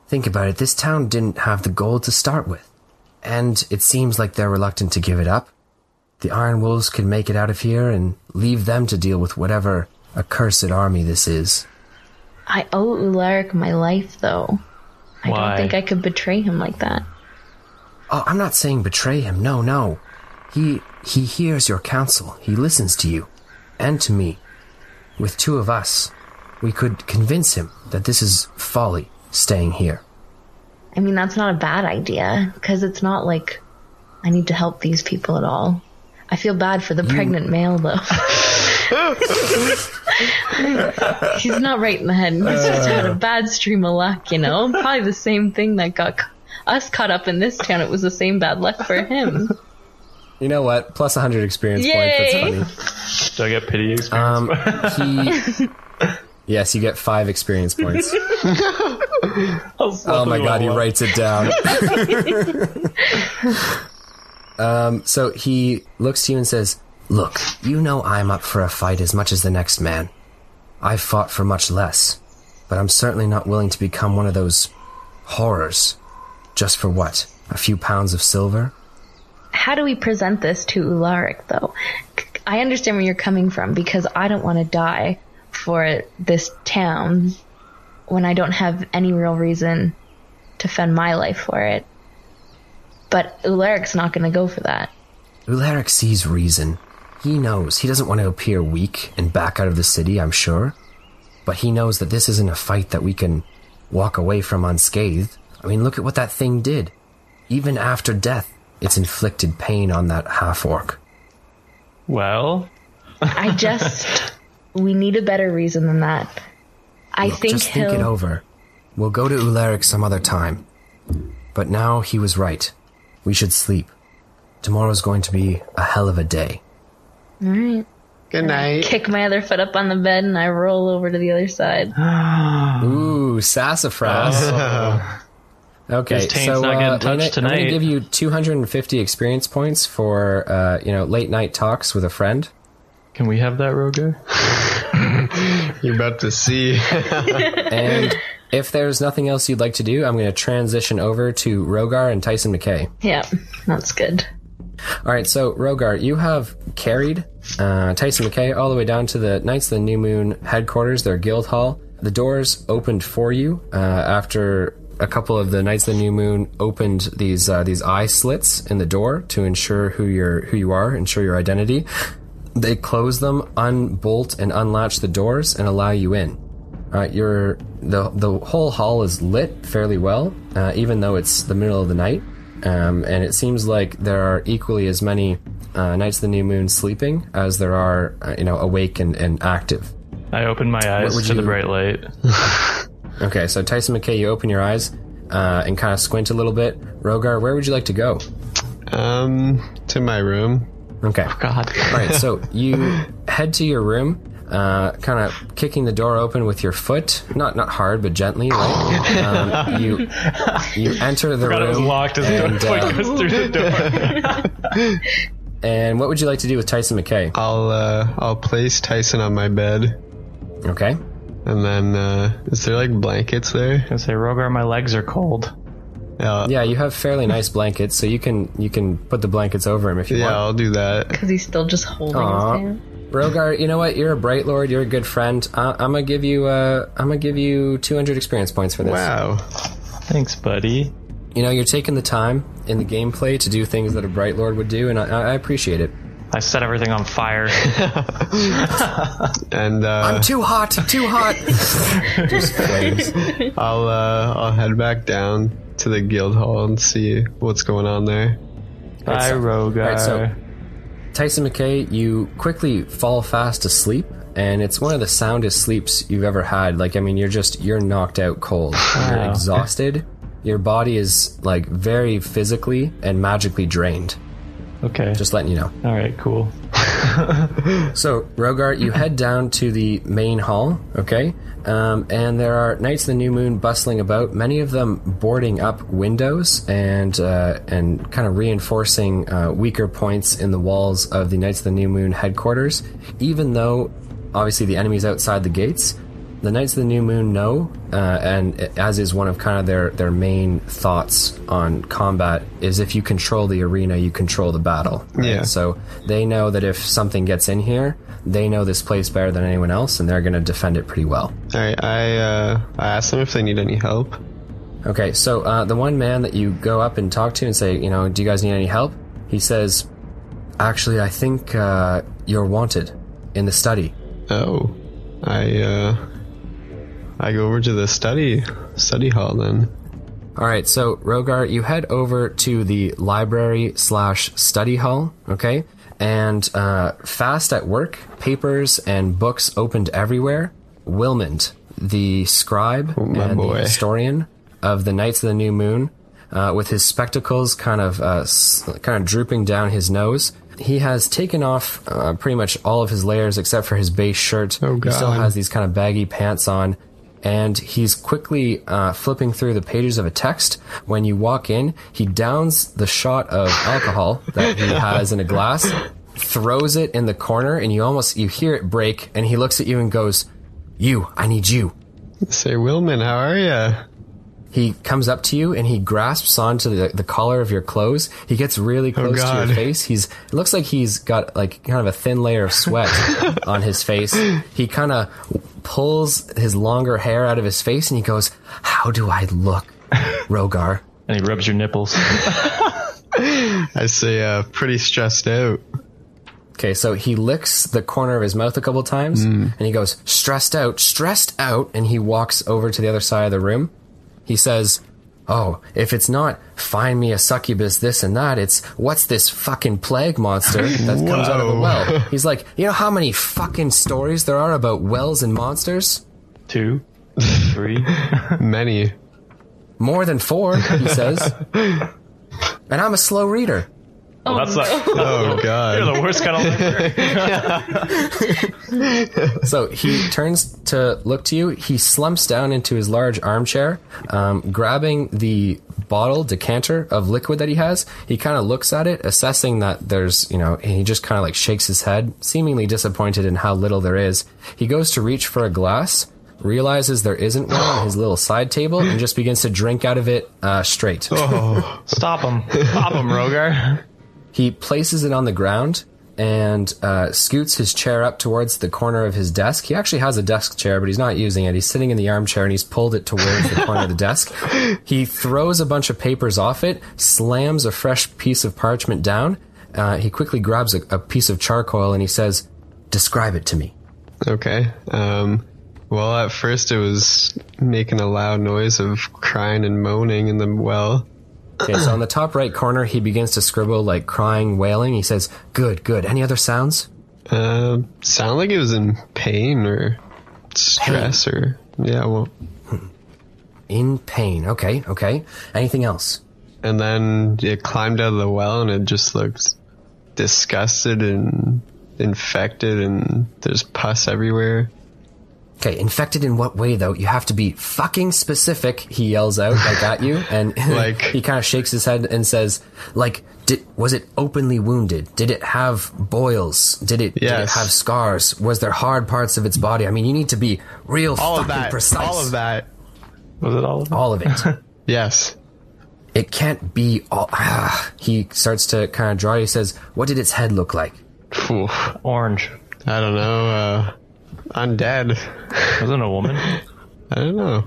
A: Think about it, this town didn't have the gold to start with. And it seems like they're reluctant to give it up. The Iron Wolves could make it out of here and leave them to deal with whatever accursed army this is.
C: I owe Ularic my life though. I
E: Why?
C: don't think I could betray him like that.
A: Oh, I'm not saying betray him, no, no. He he hears your counsel, he listens to you, and to me. With two of us, we could convince him that this is folly staying here.
C: I mean, that's not a bad idea because it's not like I need to help these people at all. I feel bad for the pregnant male though. He's not right in the head. He's just had a bad stream of luck, you know. Probably the same thing that got ca- us caught up in this town. It was the same bad luck for him.
A: You know what? Plus 100 experience
C: points, that's Yay. funny.
E: Do I get pity experience?
A: Um, he. yes, you get five experience points. oh my god, he writes it down. um, so he looks to you and says, "Look, you know I'm up for a fight as much as the next man. I've fought for much less, but I'm certainly not willing to become one of those horrors. Just for what? A few pounds of silver?
C: How do we present this to Ularic though? I understand where you're coming from because I don't want to die for this town when I don't have any real reason to fend my life for it. But Ularic's not going to go for that.
A: Ularic sees reason. He knows he doesn't want to appear weak and back out of the city, I'm sure. But he knows that this isn't a fight that we can walk away from unscathed. I mean, look at what that thing did. Even after death, it's inflicted pain on that half orc.
E: Well,
C: I just we need a better reason than that. I
A: Look,
C: think
A: just
C: he'll.
A: think it over. We'll go to Ularic some other time. But now he was right. We should sleep. Tomorrow's going to be a hell of a day.
C: All right.
B: Good night.
C: Kick my other foot up on the bed and I roll over to the other side.
A: Ooh, sassafras.
E: uh,
A: okay,
E: His taint's
A: so
E: not
A: uh,
E: getting touched
A: Lena, I'm
E: tonight.
A: gonna give you 250 experience points for uh, you know late night talks with a friend.
E: can we have that, Roger?
B: You're about to see.
A: And if there's nothing else you'd like to do, I'm going to transition over to Rogar and Tyson McKay.
C: Yeah, that's good.
A: All right, so Rogar, you have carried uh, Tyson McKay all the way down to the Knights of the New Moon headquarters, their guild hall. The doors opened for you uh, after a couple of the Knights of the New Moon opened these uh, these eye slits in the door to ensure who you're who you are, ensure your identity. They close them, unbolt and unlatch the doors, and allow you in. Uh, your the the whole hall is lit fairly well, uh, even though it's the middle of the night, um, and it seems like there are equally as many uh, Knights of the New Moon sleeping as there are, uh, you know, awake and, and active.
E: I opened my eyes
A: would
E: to the
A: you-
E: bright light.
A: Okay, so Tyson McKay, you open your eyes uh, and kind of squint a little bit. Rogar, where would you like to go?
B: Um, to my room.
A: Okay.
E: Oh, God.
A: All right, so you head to your room, uh, kind of kicking the door open with your foot, not not hard, but gently. Right? um, you you enter the
E: God, it was
A: room,
E: locked as the
A: And,
E: door
A: uh,
E: goes through the door.
A: and what would you like to do with Tyson McKay?
B: I'll uh, I'll place Tyson on my bed,
A: Okay,
B: and then uh, is there like blankets there?
E: I say, Rogar, my legs are cold.
B: Uh,
A: yeah, you have fairly nice blankets, so you can you can put the blankets over him if you
B: Yeah,
A: want.
B: I'll do that.
C: Because he's still just holding
A: Aw.
C: his hand.
A: Rogar, you know what? You're a bright lord. You're a good friend. I- I'm gonna give you uh, I'm gonna give you 200 experience points for this.
B: Wow.
E: Thanks, buddy.
A: You know, you're taking the time in the gameplay to do things that a bright lord would do, and I, I appreciate it.
E: I set everything on fire.
B: And uh,
A: too hot, too hot. Just flames.
B: I'll uh, I'll head back down to the guild hall and see what's going on there.
E: Bye, Rogar.
A: Alright, so Tyson McKay, you quickly fall fast asleep, and it's one of the soundest sleeps you've ever had. Like, I mean, you're just you're knocked out cold. You're exhausted. Your body is like very physically and magically drained.
E: okay.
A: Just letting you know.
E: All right, cool.
A: So, Rogar, you head down to the main hall, okay? Um, and there are Knights of the New Moon bustling about, many of them boarding up windows and uh, and kind of reinforcing uh, weaker points in the walls of the Knights of the New Moon headquarters. Even though, obviously, the enemy's outside the gates, the Knights of the New Moon know, uh, and as is one of kind of their, their main thoughts on combat, is if you control the arena, you control the battle. right?
B: Yeah.
A: So they know that if something gets in here, they know this place better than anyone else, and they're going to defend it pretty well.
B: All right, I uh, I asked them if they need any help.
A: Okay, so uh, the one man that you go up and talk to and say, you know, do you guys need any help? He says, actually, I think uh, you're wanted in the study.
B: Oh, I uh, I go over to the study study hall then.
A: All right, so Rogar, you head over to the library slash study hall, okay? And uh, fast at work, papers and books opened everywhere. Wilmond, the scribe
B: Oh, my
A: and
B: boy.
A: the historian of the Knights of the New Moon, uh, with his spectacles kind of uh, s- kind of drooping down his nose, he has taken off uh, pretty much all of his layers except for his base shirt.
B: Oh,
A: He still
B: God.
A: has these kind of baggy pants on. And he's quickly uh, flipping through the pages of a text. When you walk in, he downs the shot of alcohol that he has in a glass, throws it in the corner, and you almost you hear it break. And he looks at you and goes, "You, I need you."
B: Say, Willman, how are ya?
A: He comes up to you and he grasps onto the, the collar of your clothes. He gets really close to your
B: God.
A: face. He's it looks like he's got like kind of a thin layer of sweat on his face. He kind of pulls his longer hair out of his face and he goes, "How do I look, Rogar?"
E: And he rubs your nipples.
B: I say, uh, pretty stressed out.
A: Okay, so he licks the corner of his mouth a couple times and he goes, stressed out, stressed out, and he walks over to the other side of the room. He says, Oh, if it's not find me a succubus, this and that, it's what's this fucking plague monster that comes out of a
B: Whoa.
A: well? He's like, You know how many fucking stories there are about wells and monsters?
E: Two, three.
A: Oh,
B: Many.
A: More than four, he says. and I'm a slow reader.
C: Oh,
E: That's like
B: Oh
E: you're
B: god.
E: the worst kind of liar.
A: So he turns to look to you. He slumps down into his large armchair, um, grabbing the bottle decanter of liquid that he has. He kind of looks at it, assessing that there's, you know, and he just kind of like shakes his head, seemingly disappointed in how little there is. He goes to reach for a glass, realizes there isn't one on his little side table, and just begins to drink out of it uh, straight.
B: Oh,
E: Stop him! Stop him, Rogar!
A: He places it on the ground and uh, scoots his chair up towards the corner of his desk. He actually has a desk chair, but he's not using it. He's sitting in the armchair and he's pulled it towards the corner of the desk. He throws a bunch of papers off it, slams a fresh piece of parchment down. Uh, he quickly grabs a, a piece of charcoal and he says, Describe it to me.
B: Okay. Um well at first it was making a loud noise of crying and moaning in the well.
A: Okay, so on the top right corner, he begins to scribble like crying, wailing. He says, Good, good. Any other sounds?
B: Um sound like it was in pain or stress or yeah, well
A: In pain. Okay, okay. Anything else?
B: and then it climbed out of the well and it just looked disgusted and infected and there's pus everywhere.
A: Okay, infected in what way though? You have to be fucking specific. He yells out like at you, and
B: Like-
A: he kind of shakes his head and says, "Like, did was it openly wounded? Did it have boils? Did it, did it
B: Yes.
A: have scars? Was there hard parts of its body? I mean, you need to be real
B: All
A: fucking
B: of that.
A: precise.
B: All of that.
E: Was it all? Of them?
A: All of it.
B: Yes.
A: it can't be all. Ah. He starts to kind of draw. He says, "What did its head look like?
B: Phew.
E: Orange.
B: I don't know. Uh, undead.
E: Wasn't it a woman?
B: I don't know.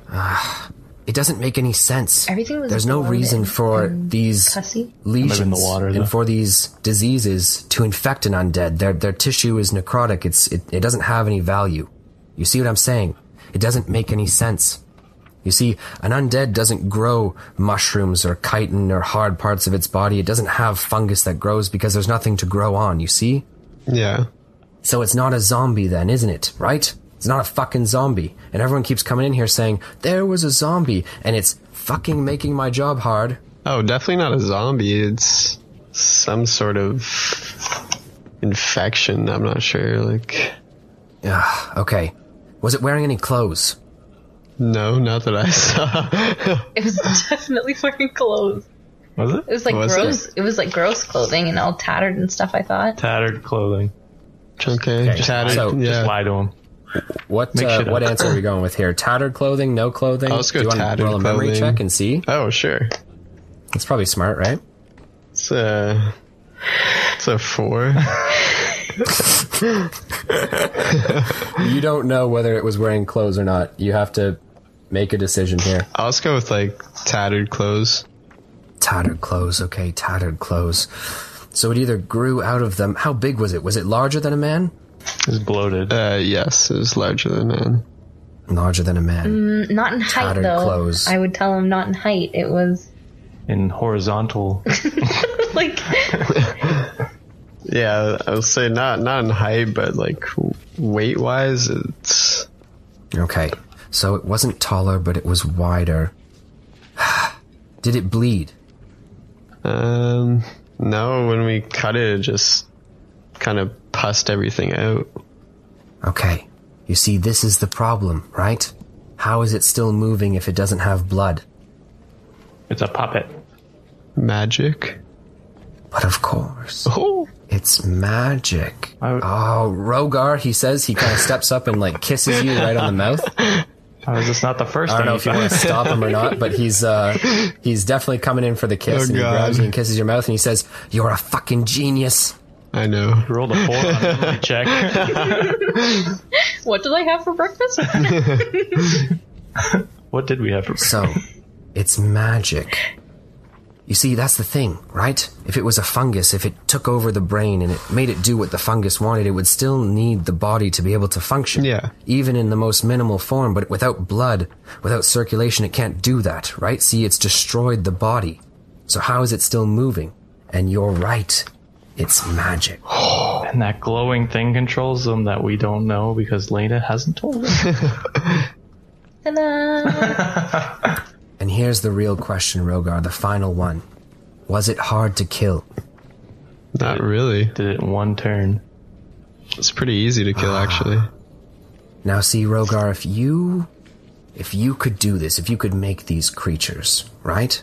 A: It doesn't make any sense.
C: Everything was
A: There's no
C: blown
A: reason
C: and-
A: for these."
C: Pussy.
A: lesions
E: in the water, though.
A: and for these diseases to infect an undead. Their their tissue is necrotic. It's it, it doesn't have any value. You see what I'm saying? It doesn't make any sense. You see, an undead doesn't grow mushrooms or chitin or hard parts of its body. It doesn't have fungus that grows because there's nothing to grow on, you see?
B: Yeah.
A: So it's not a zombie then, isn't it? Right? It's not a fucking zombie. And everyone keeps coming in here saying, there was a zombie, and it's fucking making my job hard.
B: Oh, definitely not a zombie. It's some sort of infection. I'm not sure. Like,
A: Ugh, okay. Was it wearing any clothes?
B: no, not that I saw.
C: It was definitely fucking clothes.
E: Was it
C: It was like
B: Was it?
C: gross. It? was like gross clothing and all tattered and stuff. I thought.
E: tattered clothing?
B: okay. Tattered.
A: so, just
B: yeah.
E: Just lie to him.
A: What
E: Make
A: uh,
E: shit
A: what
E: up.
A: answer are we going with here? Tattered clothing, no clothing.
B: Oh, let's go
A: Do you wanna
B: tattered
A: roll a memory
B: clothing.
A: check and see?
B: oh, sure.
A: That's probably smart, right?
B: It's a. It's a four.
A: You don't know whether it was wearing clothes or not. You have to make a decision here.
B: I'll just go with like tattered clothes.
A: Tattered clothes, okay, tattered clothes. So it either grew out of them. How big was it? Was it larger than a man?
E: Just bloated.
B: Uh, yes, it was larger than man.
A: Larger than a man.
C: N- Not in height
A: Tattered
C: though.
A: clothes.
C: I would tell him not in height. It was
E: in horizontal.
C: like
B: Yeah, I would say not not in height, but like weight wise, it's
A: Okay. So it wasn't taller, but it was wider. Did it bleed?
B: Um, no, when we cut it, it just kind of pussed everything out.
A: Okay. You see, this is the problem, right? How is it still moving if it doesn't have blood?
E: it's a puppet.
B: Magic.
A: But of course,
B: Oh,
A: it's magic.
E: I w-
A: Oh, Rogar, he says, he kind of steps up and like kisses you right on the mouth.
E: How is this not the first
A: I
E: thing
A: don't know
E: you
A: if you want to
E: found?
A: stop him or not, but he's uh he's definitely coming in for the kiss
B: Oh,
A: and he grabs
B: God.
A: you and kisses your mouth and he says, "You're a fucking genius."
B: I know.
E: Rolled a four on a memory check.
C: what did I have for breakfast?
E: What did we have for
A: So, it's magic. You see, that's the thing, right? If it was a fungus, if it took over the brain and it made it do what the fungus wanted, it would still need the body to be able to function.
B: Yeah.
A: Even in the most minimal form, but without blood, without circulation, it can't do that, right? See, it's destroyed the body. So how is it still moving? And you're right. It's magic.
E: And that glowing thing controls them that we don't know because Lena hasn't told us.
C: Ta-da.
A: And here's the real question, Rogar, the final one. Was it hard to kill?
B: Not really.
E: Did it in one turn.
B: It's pretty easy to kill, actually.
A: Now see, Rogar, if you if you could do this, if you could make these creatures, right?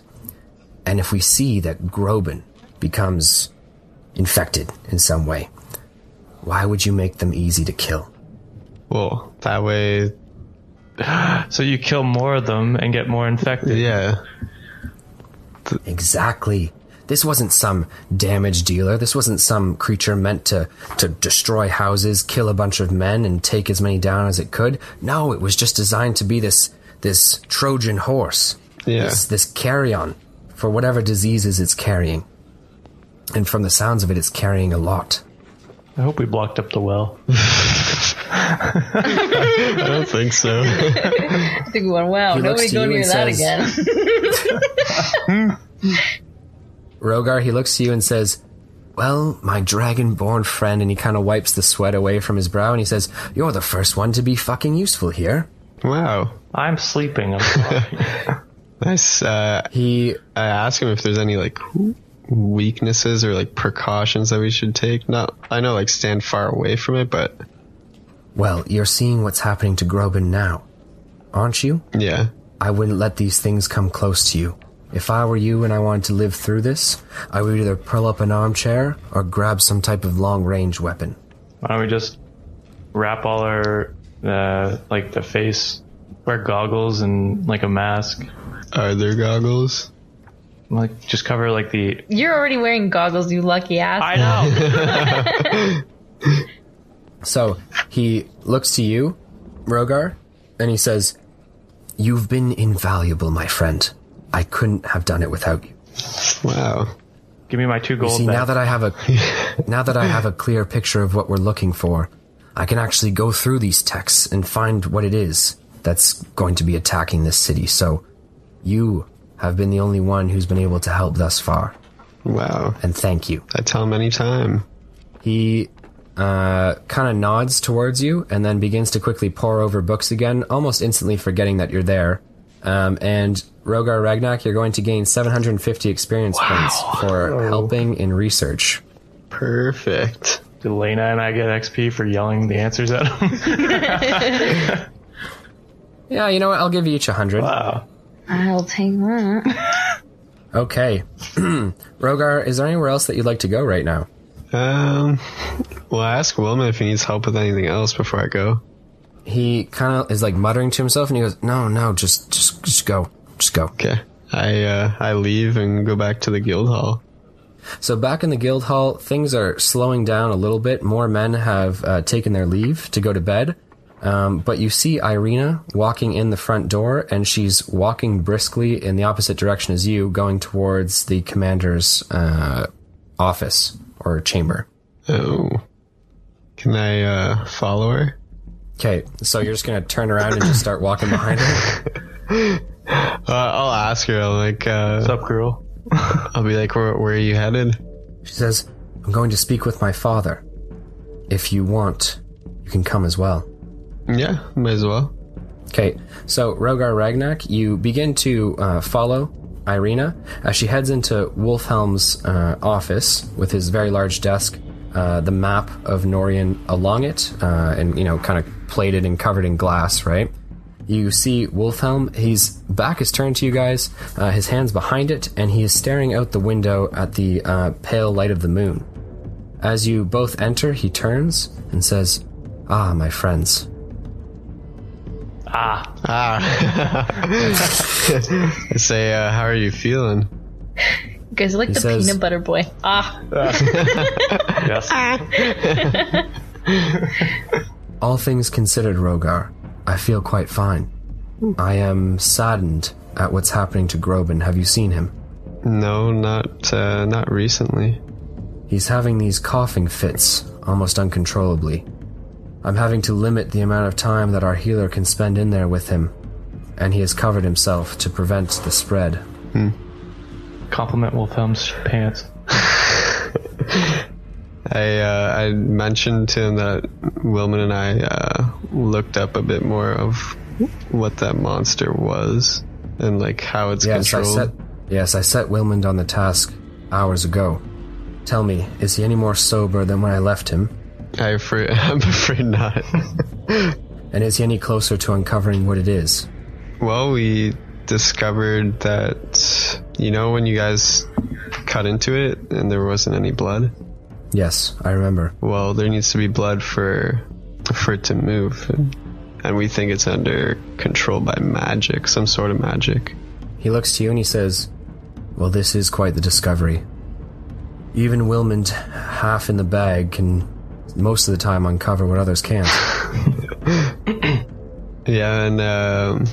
A: And if we see that Groban becomes infected in some way, why would you make them easy to kill?
B: Well, that way,
E: So you kill more of them and get more infected.
B: yeah.
A: Exactly. This wasn't some damage dealer. This wasn't some creature meant to, to destroy houses, kill a bunch of men, and take as many down as it could. No, it was just designed to be this this Trojan horse.
B: Yeah.
A: This this carrion for whatever diseases it's carrying. And from the sounds of it, it's carrying a lot.
E: I hope we blocked up the well.
B: I don't think so.
C: I think we went, wow,
A: He looks
C: nobody
A: to
C: go
A: you
C: near
A: and
C: that
A: says-
C: again.
A: Rogar, he looks to you and says, Well, my dragonborn friend, and he kind of wipes the sweat away from his brow and he says, You're the first one to be fucking useful here.
B: wow.
E: I'm sleeping. I'm sorry.
B: Nice. Uh,
A: He
B: I ask him if there's any like weaknesses or like precautions that we should take. Not, I know like stand far away from it, but
A: Well, you're seeing what's happening to Groban now, aren't you?
B: yeah,
A: I wouldn't let these things come close to you. If I were you and I wanted to live through this, I would either curl up an armchair or grab some type of long range weapon.
E: Why don't we just wrap all our uh, like the face, wear goggles and like a mask,
B: are there goggles?
E: like just cover like the.
C: You're already wearing goggles, you lucky ass.
E: I know.
A: So he looks to you, Rogar, and he says, You've been invaluable, my friend. I couldn't have done it without you.
B: Wow.
E: Give me my two gold.
A: See,
E: back.
A: now that I have a now that I have a clear picture of what we're looking for, I can actually go through these texts and find what it is that's going to be attacking this city. So, you have been the only one who's been able to help thus far,
B: Wow.
A: and thank you.
B: I tell him anytime.
A: He uh, kind of nods towards you and then begins to quickly pour over books again, almost instantly forgetting that you're there. Um, and Rogar Ragnak, you're going to gain 750 experience points for helping in research.
B: Perfect.
E: Did Lena and I get XP for yelling the answers at him?
A: Yeah, you know what? I'll give you each a hundred.
E: wow.
C: I'll take that.
A: Okay. Rogar, is there anywhere else that you'd like to go right now?
B: Um, well, I ask Wilma if he needs help with anything else before I go.
A: He kind of is like muttering to himself and he goes, "No, no, just just just go. Just go."
B: Okay. I uh, I leave and go back to the guild hall.
A: So back in the guild hall, things are slowing down a little bit. More men have uh, taken their leave to go to bed. Um, but you see Irina walking in the front door, and she's walking briskly in the opposite direction as you, going towards the commander's uh, office or chamber.
B: Oh, can I uh, follow her?
A: Okay, so you're just gonna turn around and just start walking behind her.
B: Uh, I'll ask her. I'll like uh,
E: What's up, girl?
B: I'll be like, where, where are you headed?
A: She says, I'm going to speak with my father. If you want, you can come as well.
B: Yeah, might as well.
A: Okay, so Rogar Ragnak, you begin to uh, follow Irina as she heads into Wolfhelm's uh, office with his very large desk, uh, the map of Norian along it, uh, and, you know, kind of plated and covered in glass, right? You see Wolfhelm, his back is turned to you guys, uh, his hands behind it, and he is staring out the window at the uh, pale light of the moon. As you both enter, he turns and says, Ah, my friends,
B: I say, uh, how are you feeling?
C: You guys are like the
A: says-
C: peanut butter boy. Ah,
E: Yes.
A: All things considered, Rogar, I feel quite fine. I am saddened at what's happening to Groban. Have you seen him?
B: No, not uh, not recently.
A: He's having these coughing fits almost uncontrollably. I'm having to limit the amount of time that our healer can spend in there with him, and he has covered himself to prevent the spread.
E: Compliment Wolfhelm's pants.
B: I uh, I mentioned to him that Wilman and I uh, looked up a bit more of what that monster was and like how it's
A: Yes, I
B: controlled.
A: set Yes, I set Wilmond on the task hours ago. Tell me, is he any more sober than when I left him?
B: I afraid, I'm afraid not.
A: And is he any closer to uncovering what it is?
B: well, we discovered that you know when you guys cut into it and there wasn't any blood.
A: Yes, I remember.
B: Well, there needs to be blood for for it to move, and we think it's under control by magic, some sort of magic.
A: He looks to you and he says, Well, this is quite the discovery. Even Wilmond, half in the bag, can most of the time uncover what others can't.
B: Yeah, and um,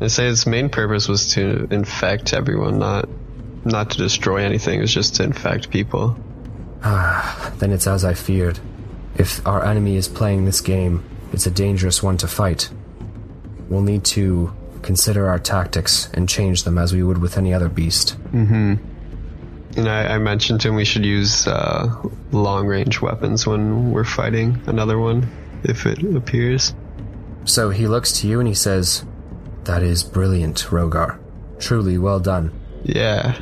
B: I say its main purpose was to infect everyone, not not to destroy anything. It was just to infect people.
A: then it's as I feared. If our enemy is playing this game, it's a dangerous one to fight. We'll need to consider our tactics and change them as we would with any other beast.
B: And I, I mentioned to him we should use uh, long range weapons when we're fighting another one, if it appears.
A: So he looks to you and he says, That is brilliant, Rogar. Truly well done.
B: Yeah,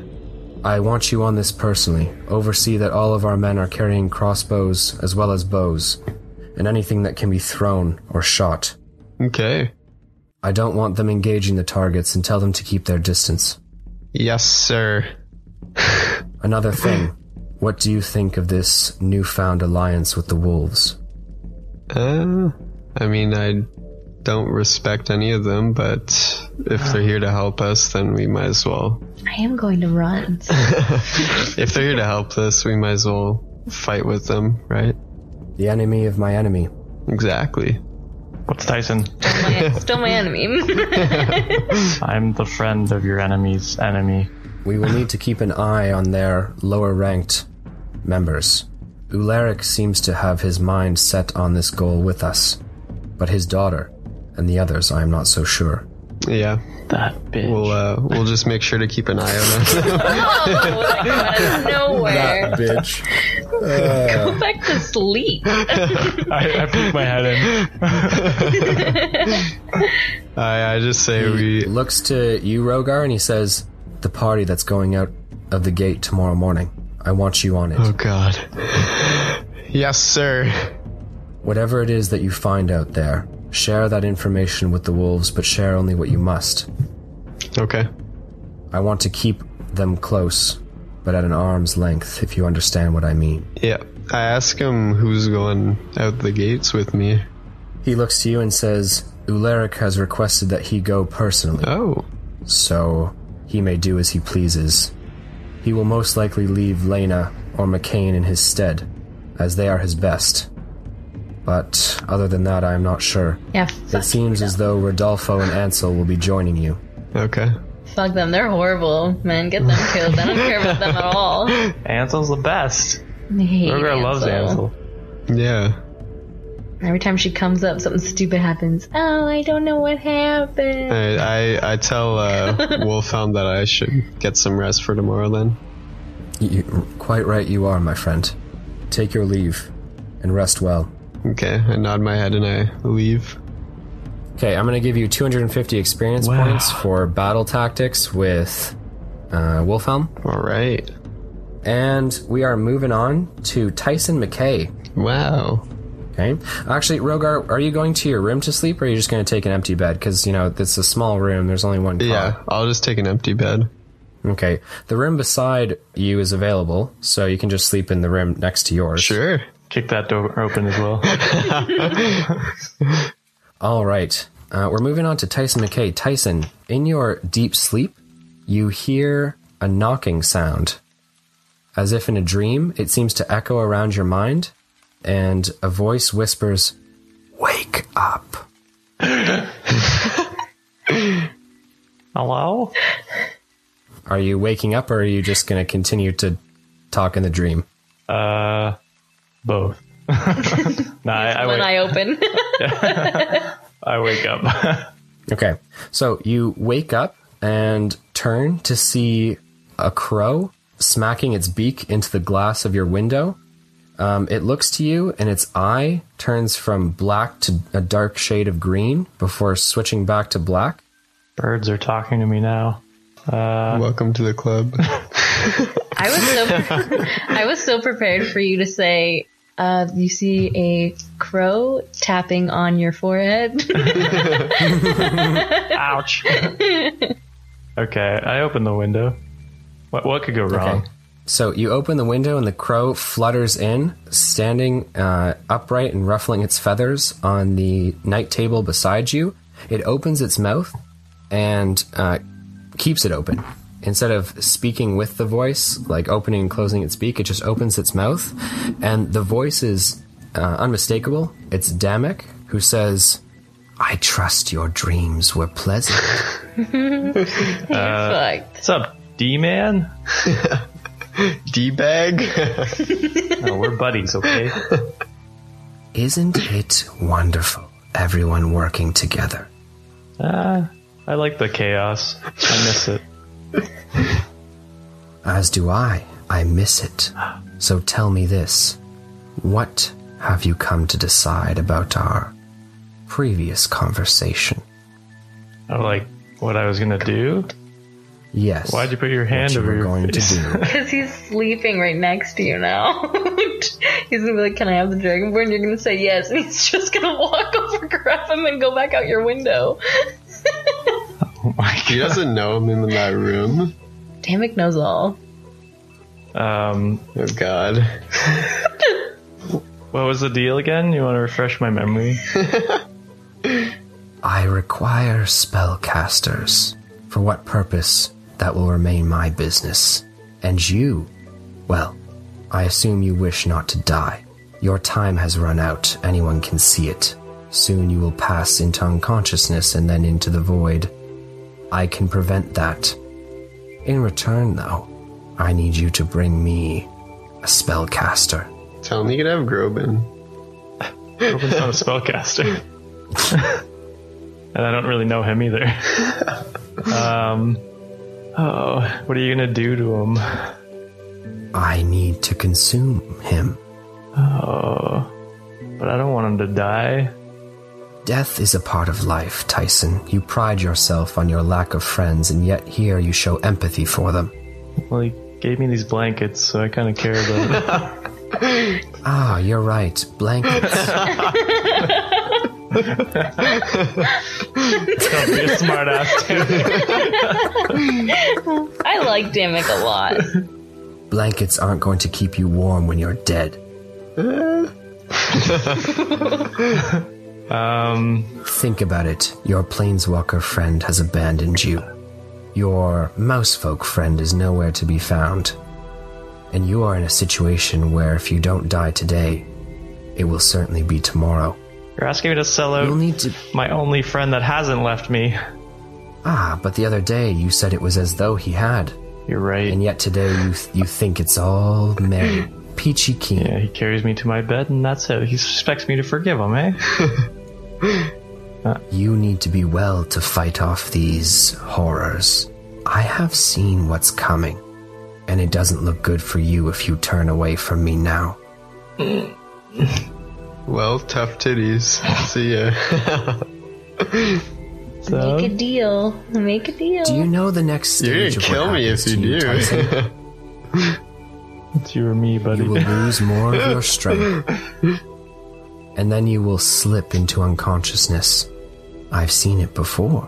A: I want you on this personally. Oversee that all of our men are carrying crossbows as well as bows, and anything that can be thrown or shot.
B: okay.
A: I don't want them engaging the targets and tell them to keep their distance.
B: Yes, sir.
A: Another thing, what do you think of this newfound alliance with the wolves?
B: Uh, I mean, I don't respect any of them, but if they're here to help us, then we might as well.
C: I am going to run.
B: If they're here to help us, we might as well fight with them, right?
A: The enemy of my enemy.
B: Exactly.
E: What's Tyson?
C: My- Still my enemy.
E: I'm the friend of your enemy's enemy.
A: We will need to keep an eye on their lower ranked members. Ularic seems to have his mind set on this goal with us, but his daughter and the others I am not so sure.
B: Yeah,
E: That bitch.
B: we'll uh, we'll just make sure to keep an eye on them.
C: Nowhere.
A: bitch.
C: Go back to sleep.
E: I, I peeked my head in.
B: I, I just say
A: He
B: we.
A: looks to you, Rogar, and he says, The party that's going out of the gate tomorrow morning. I want you on it.
B: Oh God. Yes, sir.
A: Whatever it is that you find out there, share that information with the wolves, but share only what you must.
B: Okay.
A: I want to keep them close, but at an arm's length, if you understand what I mean.
B: Yeah. I ask him who's going out the gates with me.
A: He looks to you and says, Ularic has requested that he go personally,
B: Oh.
A: so he may do as he pleases. He will most likely leave Lena or McCain in his stead, as they are his best. But other than that, I am not sure.
C: Yeah,
A: It
C: fuck,
A: seems as though Rodolfo and Ansel will be joining you.
B: Okay.
C: fuck them. They're horrible, man. Get them killed. I don't care about them at all. I
E: Ansel's the best.
C: hate
E: Rogar loves
C: Ansel.
E: Ansel.
B: Yeah.
C: Every time she comes up, something stupid happens. Oh, I don't know what happened.
B: I I, I tell uh, Wolfhelm that I should get some rest for tomorrow. Then.
A: You, quite right you are, my friend. Take your leave and rest well.
B: Okay. I nod my head and I leave.
A: Okay, I'm going to give you 250 experience
E: Wow.
A: points for battle tactics with uh, Wolfhelm.
B: All right.
A: And we are moving on to Tyson McKay.
B: Wow.
A: Okay. Actually, Rogar, are you going to your room to sleep or are you just going to take an empty bed? Because, you know, it's a small room. There's only one car.
B: Yeah. I'll just take an empty bed.
A: Okay. The room beside you is available, so you can just sleep in the room next to yours.
B: Sure.
E: Kick that door open as well.
A: All right. Uh, we're moving on to Tyson McKay. Tyson, in your deep sleep, you hear a knocking sound. As if in a dream, it seems to echo around your mind, and a voice whispers, Wake up.
E: Hello?
A: Are you waking up or are you just going to continue to talk in the dream?
E: Uh, both. nah, I, I,
C: One
E: wake,
C: eye open.
E: I wake up.
A: Okay. So you wake up and turn to see a crow smacking its beak into the glass of your window. Um, it looks to you and its eye turns from black to a dark shade of green before switching back to black.
E: Birds are talking to me now.
B: Welcome to the club.
C: I was so I was so prepared for you to say uh, you see a crow tapping on your forehead.
E: Ouch. okay, I open the window. What, what could go wrong?
A: Okay. So you open the window and the crow flutters in, standing uh, upright and ruffling its feathers on the night table beside you. It opens its mouth and uh, keeps it open. Instead of speaking with the voice, like opening and closing its beak, it just opens its mouth. And the voice is uh, unmistakable. It's Damek, who says, I trust your dreams were pleasant.
C: Fucked.
E: What's up, D man?
B: D bag.
E: No, we're buddies, okay?
A: Isn't it wonderful? Everyone working together.
E: Uh, I like the chaos. I miss it.
A: As do I. I miss it. So tell me this. What have you come to decide about our previous conversation?
E: I like what I was gonna do.
A: Yes.
E: Why'd you put your hand
A: what you
E: over
A: were
E: your
A: going
E: face?
A: to do?
C: Because he's sleeping right next to you now. he's gonna be like, "Can I have the dragonborn?" You're gonna say yes, and he's just gonna walk over, grab him, and go back out your window.
E: Oh my
B: He doesn't know I'm in that room.
C: Damick knows all.
E: God. Um,
B: Oh God.
E: what was the deal again? You want to refresh my memory?
A: I require spellcasters. For what purpose? That will remain my business. And you? Well, I assume you wish not to die. Your time has run out. Anyone can see it. Soon you will pass into unconsciousness and then into the void. I can prevent that. In return, though, I need you to bring me a spellcaster.
B: Tell him he could have Groban.
E: Robin's not a spellcaster. and I don't really know him either. Um, oh, what are you gonna do to him?
A: I need to consume him.
E: Oh, but I don't want him to die.
A: Death is a part of life, Tyson. You pride yourself on your lack of friends, and yet here you show empathy for them.
E: Well, he gave me these blankets, so I kind of care about it.
A: Ah, you're right. Blankets.
E: Don't be a smart ass, dude.
C: I like Damick a lot.
A: Blankets aren't going to keep you warm when you're dead.
E: Um,
A: Think about it. Your planeswalker friend has abandoned you. Your mousefolk friend is nowhere to be found. And you are in a situation where if you don't die today, it will certainly be tomorrow.
E: you're asking me to sell
A: You'll
E: out
A: need to.
E: my only friend that hasn't left me.
A: Ah, but the other day you said it was as though he had.
E: You're right.
A: and yet today you you think it's all merry, peachy keen.
E: Yeah, he carries me to my bed, and that's it. He expects me to forgive him, eh?
A: You need to be well to fight off these horrors. I have seen what's coming, and it doesn't look good for you if you turn away from me now.
B: Well, tough titties. See ya.
E: So,
C: Make a deal. Make a deal.
A: Do you know the next
B: You're gonna
A: stage? of what
B: kill me
A: happens
B: if you
A: to
B: do.
A: Tyson?
E: it's you or me, buddy.
A: You will lose more of your strength, and then you will slip into unconsciousness. I've seen it before.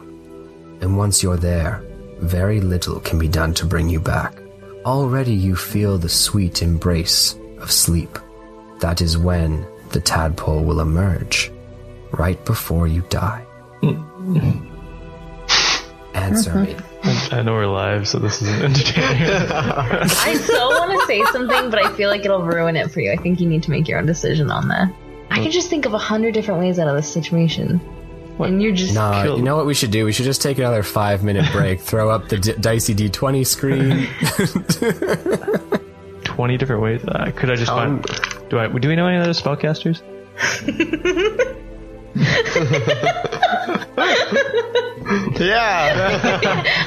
A: And once you're there, very little can be done to bring you back. Already you feel the sweet embrace of sleep. That is when the tadpole will emerge, right before you die. Answer me.
E: I know we're live, so this isn't entertaining.
C: I so want to say something, but I feel like it'll ruin it for you. I think you need to make your own decision on that. I can just think of a hundred different ways out of this situation. and you're just
A: Nah,
E: Kill-
A: you know what we should do? We should just take another five minute break, throw up the d- dicey D20 screen.
E: 20 different ways. Uh, could I just
B: Um,
E: find. Do I? Do we know any other spellcasters?
B: Yeah.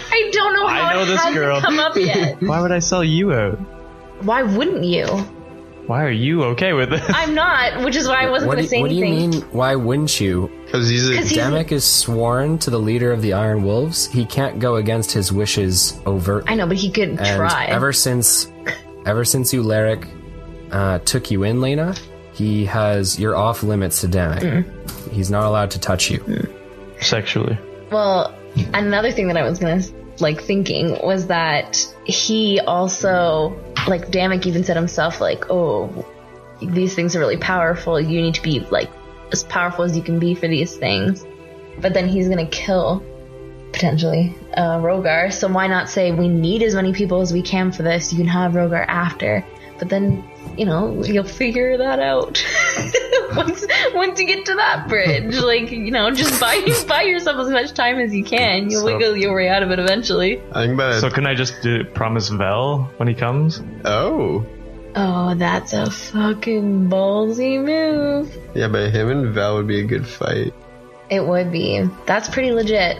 C: I don't know how
E: I know
C: it
E: this
C: hasn't
E: girl.
C: come up yet.
E: Why would I sell you out?
C: Why wouldn't you?
E: Why are you okay with this?
C: I'm not, which is why I wasn't
A: what do,
C: going to say
A: what do you
C: anything.
A: mean? Why wouldn't you?
B: Because he's a
C: Because he's,
A: Damek is sworn to the leader of the Iron Wolves. He can't go against his wishes overtly.
C: I know, but he could
A: And
C: try.
A: ever since, ever since Ularic uh, took you in, Lena, he has you're off limits to Damek.
C: Mm-hmm.
A: He's not allowed to touch you.
C: Mm.
E: Sexually.
C: Well, another thing that I was gonna like thinking was that he also like Damek even said himself like, oh, these things are really powerful. You need to be like as powerful as you can be for these things. But then he's gonna kill potentially uh, Rogar. So why not say we need as many people as we can for this? You can have Rogar after. But then you know you'll figure that out. once once you get to that bridge, like you know, just buy buy yourself as much time as you can. You'll
B: So-
C: wiggle your way out of it eventually.
B: I think about it.
E: So can I just do, promise Vel when he comes?
B: oh.
C: Oh, that's a fucking ballsy move.
B: Yeah, but him and Val would be a good fight.
C: It would be. That's pretty legit.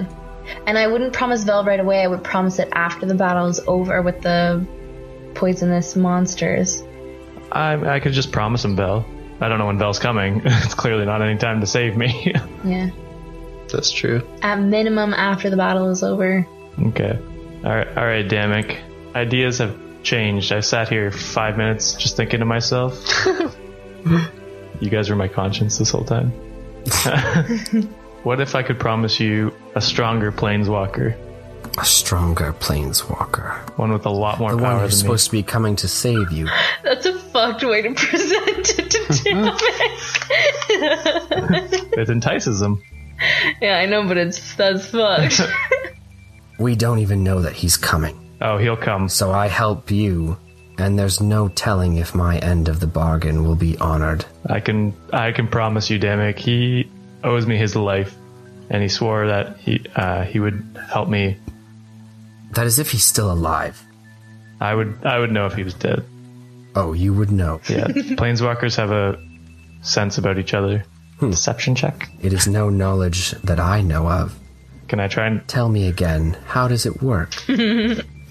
C: And I wouldn't promise Vel right away. I would promise it after the battle is over with the poisonous monsters.
E: I, I could just promise him Vel. I don't know when Vel's coming. it's clearly not any time to save me.
C: Yeah.
B: That's true.
C: At minimum, after the battle is over.
E: okay. All right, all right, Damek. Ideas have changed. I sat here five minutes just thinking to myself. you guys were my conscience this whole time. what if I could promise you a stronger planeswalker?
A: A stronger planeswalker,
E: One with a lot more
A: the
E: power
A: one
E: than
A: who's supposed to be coming to save you.
C: That's a fucked way to present it to Damek.
E: me. It entices him.
C: yeah, I know, but it's that's fucked.
A: We don't even know that he's coming.
E: Oh, he'll come.
A: So I help you, and there's no telling if my end of the bargain will be honored.
E: I can I can promise you, Damek. He owes me his life, and he swore that he uh, he would help me.
A: That is if he's still alive.
E: I would I would know if he was dead.
A: Oh, you would know.
E: Yeah, planeswalkers have a sense about each other.
A: Hmm.
E: Deception check.
A: It is no knowledge that I know of.
E: Can I try and
A: Tell me again, how does it work?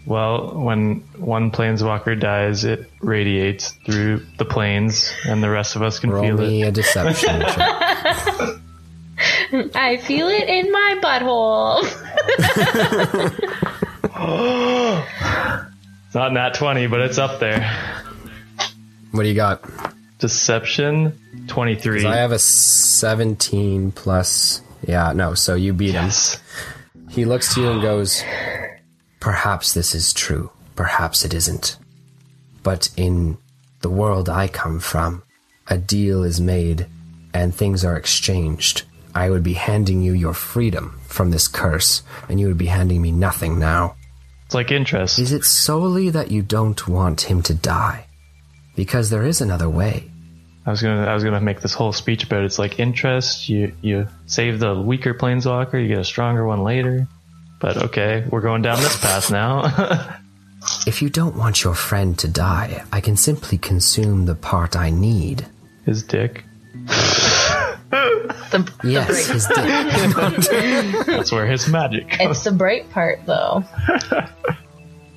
E: Well, when one planeswalker dies, it radiates through the planes, and the rest of us can
A: Roll
E: feel
A: me
E: it.
A: a deception check.
C: I feel it in my butthole.
E: It's not nat twenty, but it's up there.
A: What do you got?
E: Deception twenty three.
A: I have a 17 plus. Yeah, no, so you beat
E: Yes.
A: him. He looks to you and goes, Perhaps this is true. Perhaps it isn't. But in the world I come from, a deal is made and things are exchanged. I would be handing you your freedom from this curse, and you would be handing me nothing now.
E: It's like interest.
A: Is it solely that you don't want him to die? Because there is another way.
E: I was gonna I was gonna make this whole speech about it's like interest. You you save the weaker planeswalker, you get a stronger one later. But okay, we're going down this path now.
A: If you don't want your friend to die, I can simply consume the part I need.
E: His dick.
A: Yes, his dick.
E: That's where his magic. comes.
C: It's the bright part, though.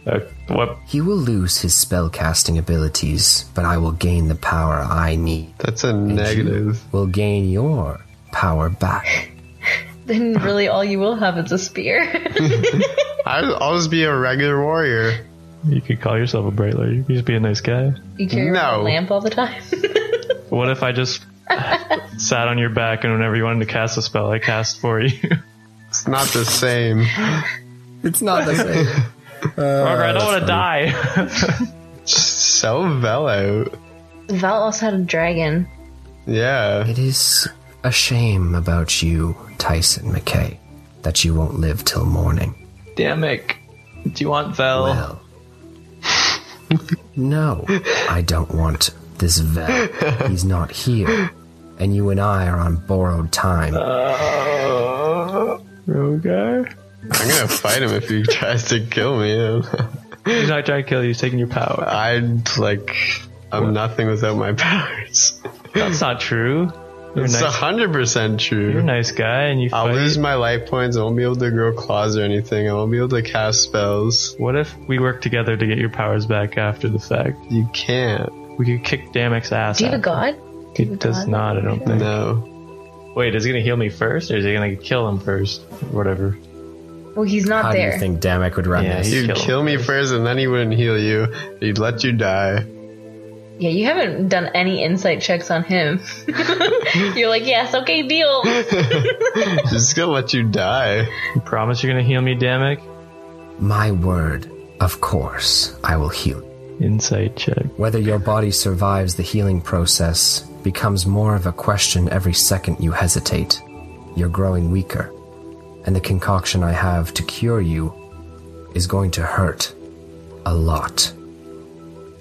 E: Uh, what?
A: He will lose his spellcasting abilities, but I will gain the power I need.
B: That's a negative.
A: Will gain your power back.
C: Then really, all you will have is a spear.
B: I- I'll just be a regular warrior.
E: You could call yourself a bright light. You could just be a nice guy.
C: you carry
B: No.
C: a lamp all the time.
E: What if I just sat on your back and whenever you wanted to cast a spell, I cast for you?
B: It's not the same.
A: It's not the same.
E: Roger, I don't want to die.
B: Just sell Vel out.
C: Val also had a dragon.
B: Yeah.
A: It is a shame about you, Tyson McKay, that you won't live till morning.
E: Damn it. Do you want Vel?
A: Well. no, I don't want this vet. He's not here. and you and I are on borrowed time.
E: Uh, Okay.
B: I'm gonna fight him if he tries to kill me.
E: He's not trying to kill you. He's taking your power.
B: I'd like. I'm nothing without my powers.
E: That's not true. You're a
B: It's
E: nice.
B: hundred percent
E: You're a
B: true.
E: nice guy, and you
B: I'll
E: fight.
B: lose my life points. I won't be able to grow claws or anything. I won't be able to cast spells.
E: What if we work together to get your powers back after the fact?
B: You can't.
E: We could kick Damek's ass.
C: Do you have a
E: out.
C: god?
E: He does not. I don't think.
B: No.
E: Wait, is he gonna heal me first, or is he gonna kill him first, or whatever?
C: Well, he's not
A: How do
C: there.
A: you think Damek would run
E: Yeah,
A: this?
E: he-
B: He'd
E: Kill
B: kill,
E: him
B: me first, and then he wouldn't heal you. He'd let you die.
C: yeah, you haven't done any insight checks on him. You're like, yes, okay, deal.
B: Just gonna let you die.
E: You promise you're gonna heal me, Damek?
A: My word, of course, I will heal. you.
E: Insight check.
A: Whether your body survives the healing process becomes more of a question every second you hesitate. You're growing weaker, and the concoction I have to cure you is going to hurt a lot.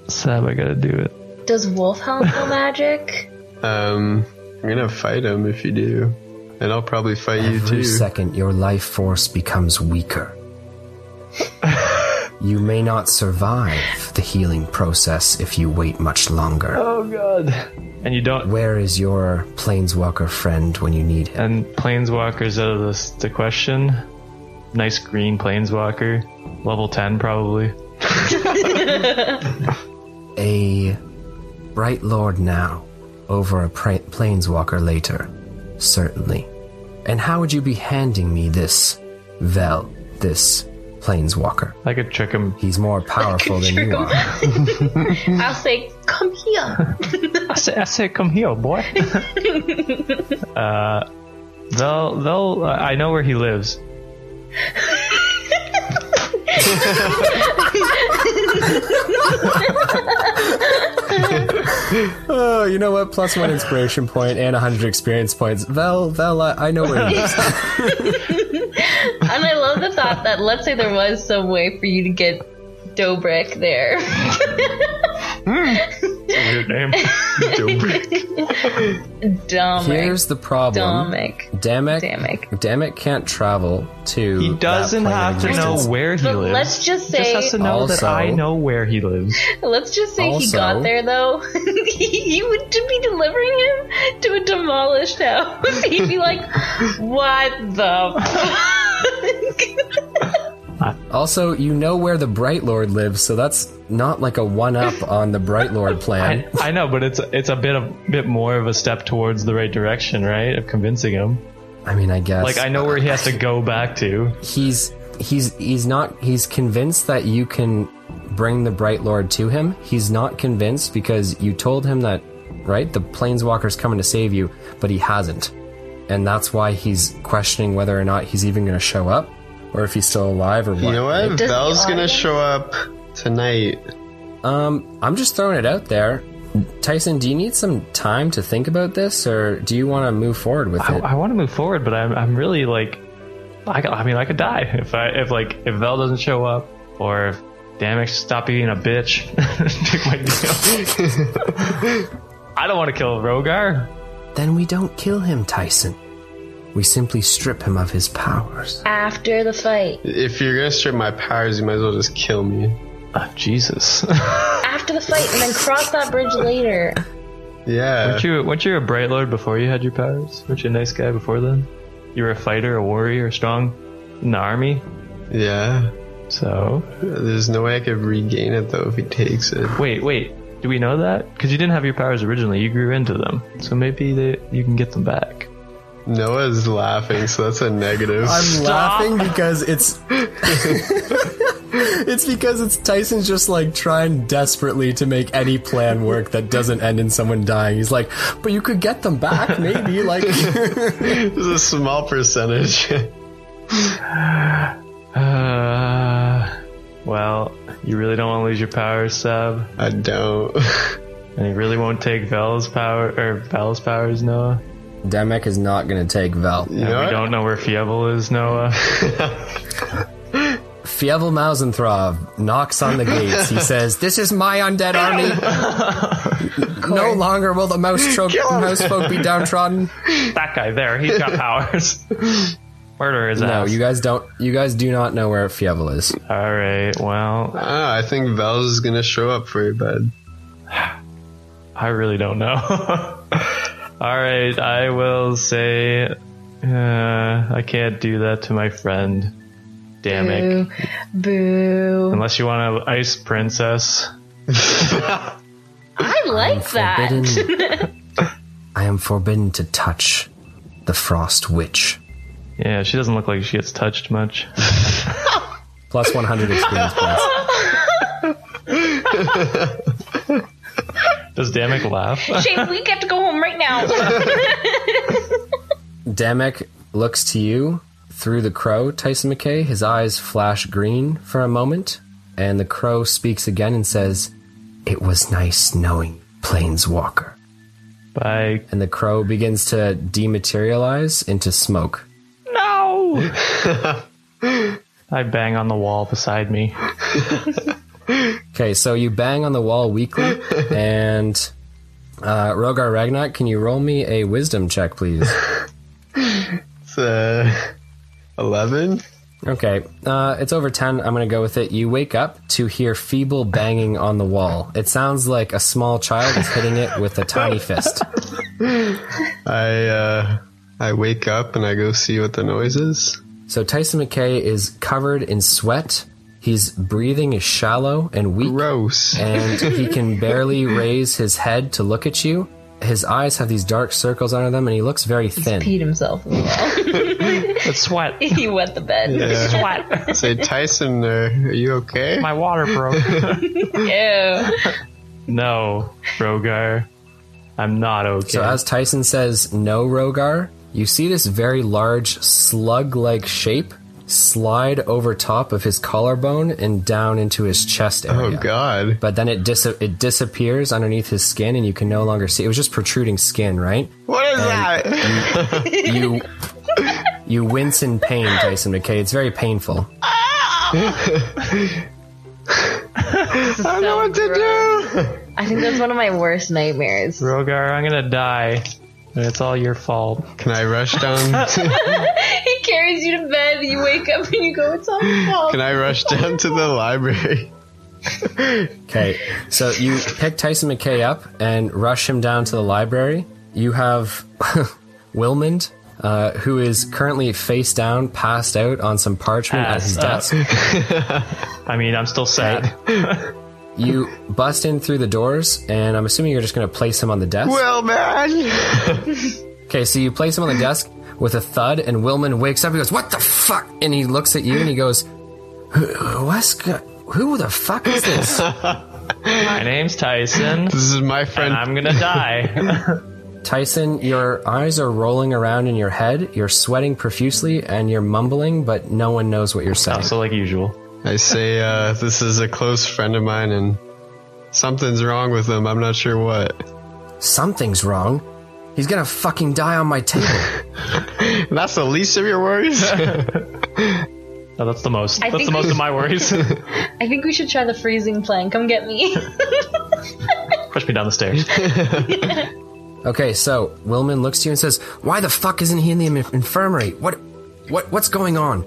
E: Sab, I gotta do it.
C: Does Wolfhound know magic?
B: Um, I'm gonna fight him if you do, and I'll probably fight you
A: Every
B: too.
A: second, your life force becomes weaker. you may not survive the healing process if you wait much longer.
E: Oh god. And you don't.
A: Where is your planeswalker friend when you need him?
E: And planeswalkers out of this, the question. Nice green planeswalker, level ten probably.
A: A bright lord now over a pra- planeswalker later, certainly. And how would you be handing me this Vel, this planeswalker?
E: I could trick him.
A: He's more powerful than you are.
C: I'll say, come here.
E: I say, I say come here, boy. uh, they'll, they'll. Uh, I know where he lives.
A: Oh, you know what? Plus one inspiration point and 100 experience points. Vel, Vel, I, I know where it is.
C: And I love the thought that let's say there was some way for you to get Dobrik there.
E: Weird name.
B: Dobrik.
C: Dominic.
A: Here's the problem.
C: Dominic.
A: Damek.
C: Damek.
A: Damek can't travel to.
E: He
A: that
E: doesn't
A: plane of
E: have to know
A: existence.
E: where he
C: But
E: lives.
C: let's just
E: He
C: say,
E: just has to know that
A: Also-
E: I know where he lives.
C: let's just say he
A: Also-
C: got there though. you would to be delivering him to a demolished house. He'd be like, what the. fuck?"
A: Also, you know where the Bright Lord lives, so that's not like a one up on the Bright Lord plan.
E: I, I know, but it's it's a bit of bit more of a step towards the right direction, right? Of convincing him.
A: I mean, I guess.
E: Like I know where he has to go back to.
A: he's he's he's not he's convinced that you can bring the bright lord to him he's not convinced because you told him that right the planeswalker's coming to save you but he hasn't and that's why he's questioning whether or not he's even going to show up or if he's still alive or what
B: You know what?
C: Does the
B: Val's gonna
C: audience-
B: show up tonight.
A: um i'm just throwing it out there tyson do you need some time to think about this or do you want to move forward with
E: I,
A: it
E: I want to move forward, but I'm I'm really like, I, could- I mean I could die if I if like if Vel doesn't show up or if Damage stop being a bitch. Took my deal. I don't want to kill Rogar.
A: then we don't kill him tyson we simply strip him of his powers
C: After the fight.
B: If you're gonna strip my powers, you might as well just kill me.
E: Ah, Jesus.
C: After the fight, and then cross that bridge later.
B: Yeah.
E: Weren't you, weren't you a Bright Lord before you had your powers? Weren't you a nice guy before then? You were a fighter, a warrior, strong in the army.
B: Yeah.
E: So
B: There's no way I could regain it though if he takes it.
E: wait, wait. Do we know that? Because you didn't have your powers originally. You grew into them. So maybe they, you can get them back.
B: Noah's laughing, so that's a negative.
A: I'm laughing because it's it's because it's Tyson's just like trying desperately to make any plan work that doesn't end in someone dying. He's like, but you could get them back, maybe. Like,
B: It's a small percentage.
E: Uh, well, you really don't want to lose your powers, Seb,
B: I don't.
E: and you really won't take Vel's power or Vel's powers, Noah.
A: Demek is not gonna take Vel.
B: You know
E: We
B: what?
E: don't know where Fievel is, Noah.
A: Fievel Mausenthrov knocks on the gates. He says, This is my undead army. no longer will the mouse, tro- mouse folk be downtrodden.
E: That guy there, he's got powers. Murder his
A: No,
E: ass.
A: you guys don't. You guys do not know where Fievel is.
E: All right. Well,
B: Ah, I think Val's is gonna show up for you, bud.
E: I really don't know. All right, I will say uh, I can't do that to my friend. Damn it.
C: Boo. Boo.
E: Unless you want an ice princess.
C: I like that.
A: Forbidden- I am forbidden to touch the Frost Witch.
E: Yeah, she doesn't look like she gets touched much.
A: Plus 100 experience points.
E: Does Damick laugh?
C: Shane, we get to go home right now.
A: Demek looks to you through the crow, Tyson McKay. His eyes flash green for a moment, and the crow speaks again and says, It was nice knowing Planeswalker.
E: By
A: And the crow begins to dematerialize into smoke.
E: no. I bang on the wall beside me.
A: Okay, so you bang on the wall weakly, and uh, Rogar Ragnat, can you roll me a wisdom check, please?
B: It's uh, eleven.
A: Okay, uh, it's over 10. I'm going to go with it. You wake up to hear feeble banging on the wall. It sounds like a small child is hitting it with a tiny fist.
B: I uh, I wake up and I go see what the noise is.
A: So Tyson McKay is covered in sweat. His breathing is shallow and weak,
B: Gross.
A: and he can barely raise his head to look at you. His eyes have these dark circles under them, and he looks very thin.
C: Peed himself. as well.
E: It's sweat.
C: he wet the bed.
B: Yeah.
E: Sweat.
B: Say Tyson, uh, are you okay?
E: My water broke.
C: Ew.
E: no, Rogar. I'm not okay.
A: So as Tyson says, no, Rogar, you see this very large slug like shape slide over top of his collarbone and down into his chest
B: oh
A: area.
B: God.
A: But then it dis- it disappears underneath his skin, and you can no longer see. It was just protruding skin, right?
B: What is that?
A: You you wince in pain, Tyson McKay. It's very painful.
B: I don't know what to do.
C: I think that's one of my worst nightmares.
E: Rogar, I'm gonna die. And it's all your fault.
B: Can I rush down?
C: He carries you to bed. You wake up and you go, "It's all my fault."
B: Can I rush down to the library?
A: Okay, so you pick Tyson McKay up and rush him down to the library. You have Wilmond, uh, who is currently face down, passed out on some parchment at his
E: Passed
A: desk.
E: I mean, I'm still sad.
A: You bust in through the doors, and I'm assuming you're just going to place him on the desk.
B: Well, man.
A: Okay, so you place him on the desk with a thud, and Wilman wakes up. He goes, "What the fuck?" And he looks at you, and he goes, "Who- "What's go- who the fuck is this?"
E: My name's Tyson,
B: This is my friend.
E: and I'm gonna die.
A: Tyson, your eyes are rolling around in your head. You're sweating profusely, and you're mumbling, but no one knows what you're saying.
E: so, like usual.
B: I say uh, this is a close friend of mine, and something's wrong with him. I'm not sure what.
A: Something's wrong. He's gonna fucking die on my table.
B: That's the least of your worries.
E: No, that's the most.
C: I
E: that's
C: think
E: the most
C: we-
E: of my worries.
C: I think we should try the freezing plan. Come get me.
E: Push me down the stairs.
A: Okay, so Wilman looks to you and says, "Why the fuck isn't he in the in- infirmary? What, what, what's going on?"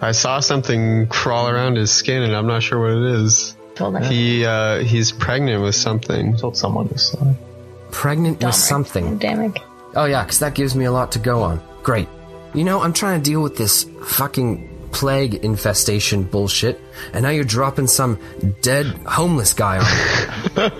B: I saw something crawl around his skin, and I'm not sure what it is.
C: Told him.
B: He uh, he's pregnant with something.
E: Told someone uh, this. story.
A: Pregnant with something.
C: Damn it.
A: Oh yeah, 'cause that gives me a lot to go on. Great. You know, I'm trying to deal with this fucking plague infestation bullshit, and now you're dropping some dead homeless guy on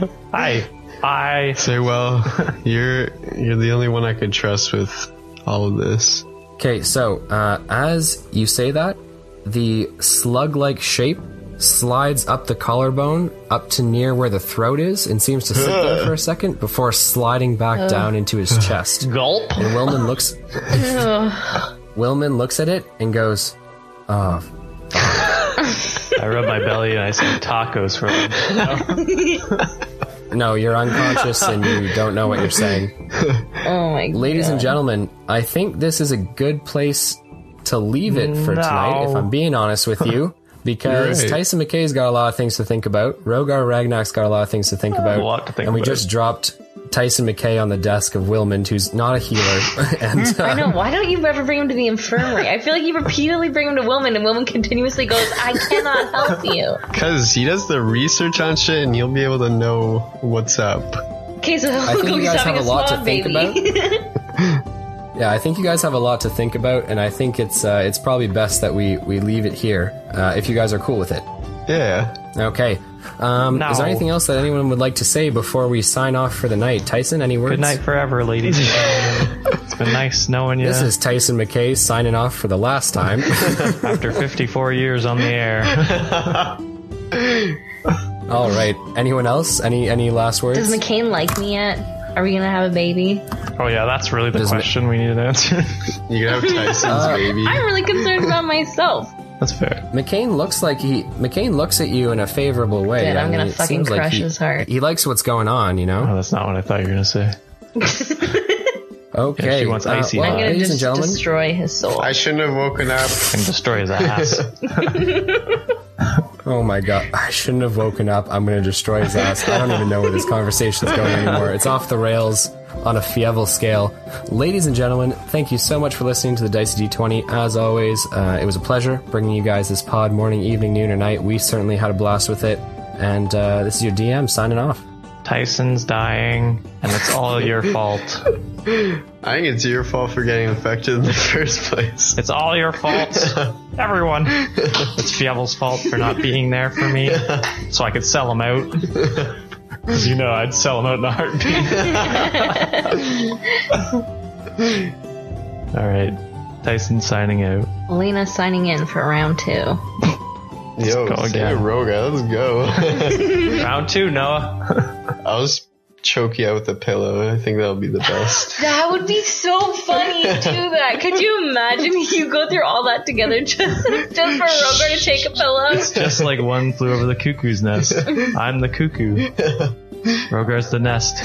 A: me.
E: I, I.
B: Say, well, you're you're the only one I could trust with all of this.
A: Okay, so uh, as you say that, the slug-like shape slides up the collarbone up to near where the throat is and seems to sit there for a second before sliding back down into his chest.
E: Gulp.
A: And Wilman looks. Wilman looks at it and goes,
E: I rub my belly and I say tacos for lunch.
A: "No, you're unconscious and you don't know what you're saying."
C: Oh my god.
A: Ladies and gentlemen, I think this is a good place to leave it for
E: No.
A: tonight, if I'm being honest with you, because
B: You're right.
A: Tyson McKay's got a lot of things to think about. Rogar Ragnak's got a lot of things to think about.
E: A lot to think
A: and we
E: about.
A: just dropped Tyson McKay on the desk of Wilmond, who's not a healer. and uh,
C: I know. Why don't you ever bring him to the infirmary? I feel like you repeatedly bring him to Wilman, and Wilman continuously goes, "I cannot help you."
B: Because he does the research on shit and he'll be able to know what's up.
C: Okay, so
A: I think you
C: he's
A: guys have
C: having
A: a lot to
C: swan
A: think
C: baby.
A: about. Yeah, I think you guys have a lot to think about, and I think it's uh, it's probably best that we we leave it here uh, if you guys are cool with it.
B: Yeah.
A: Okay. Um, Is there
E: No.
A: anything else that anyone would like to say before we sign off for the night? Tyson, any words?
E: Good night forever, ladies. and gentlemen. it's been nice knowing you
A: This is Tyson McKay signing off for the last time.
E: after 54 years on the air.
A: All right. Anyone else? Any any last words?
C: Does McCain like me yet? Are we gonna have a baby?
E: Oh yeah, that's really the
A: Doesn't it-
E: question we need to answer.
B: You can have Tyson's
E: Uh,
B: baby.
C: I'm really concerned about myself.
E: that's fair.
A: McCain looks like he McCain looks at you in a favorable way.
C: Dude, I'm
A: I mean,
C: gonna
A: it
C: fucking
A: seems like
C: crush
A: he-
C: his heart.
A: He likes what's going on, you know.
E: Oh, that's not what I thought you were gonna say.
A: Okay.
E: she wants
A: uh,
E: icy
A: well,
E: hot.
C: I'm gonna
A: ladies
C: just
A: and gentlemen,
C: destroy his soul.
B: I shouldn't have woken up.
E: And destroy his ass.
A: Oh my god, I shouldn't have woken up. I'm gonna destroy his ass. I don't even know where this conversation's going anymore. It's off the rails on a fievel scale. Ladies and gentlemen, thank you so much for listening to the Dicey D20. As always, uh, it was a pleasure bringing you guys this pod morning, evening, noon, or night. We certainly had a blast with it. And uh, this is your DM signing off.
E: Tyson's dying, and it's all your fault.
B: I think it's your fault for getting infected in the first place.
E: It's all your fault. Everyone. It's Fievel's fault for not being there for me, so I could sell him out. 'Cause you know I'd sell him out in a heartbeat. all right. Tyson signing out.
C: Lena signing in for round two.
B: Yo,
E: go
B: say
E: again.
B: Roga, let's go.
E: Round two, Noah.
B: I'll just choke you out with a pillow. I think that'll be the best.
C: That would be so funny to do that. Could you imagine you go through all that together just, just for Rogar to take a pillow?
E: Just like one flew over the cuckoo's nest. I'm the cuckoo. Rogar's the nest.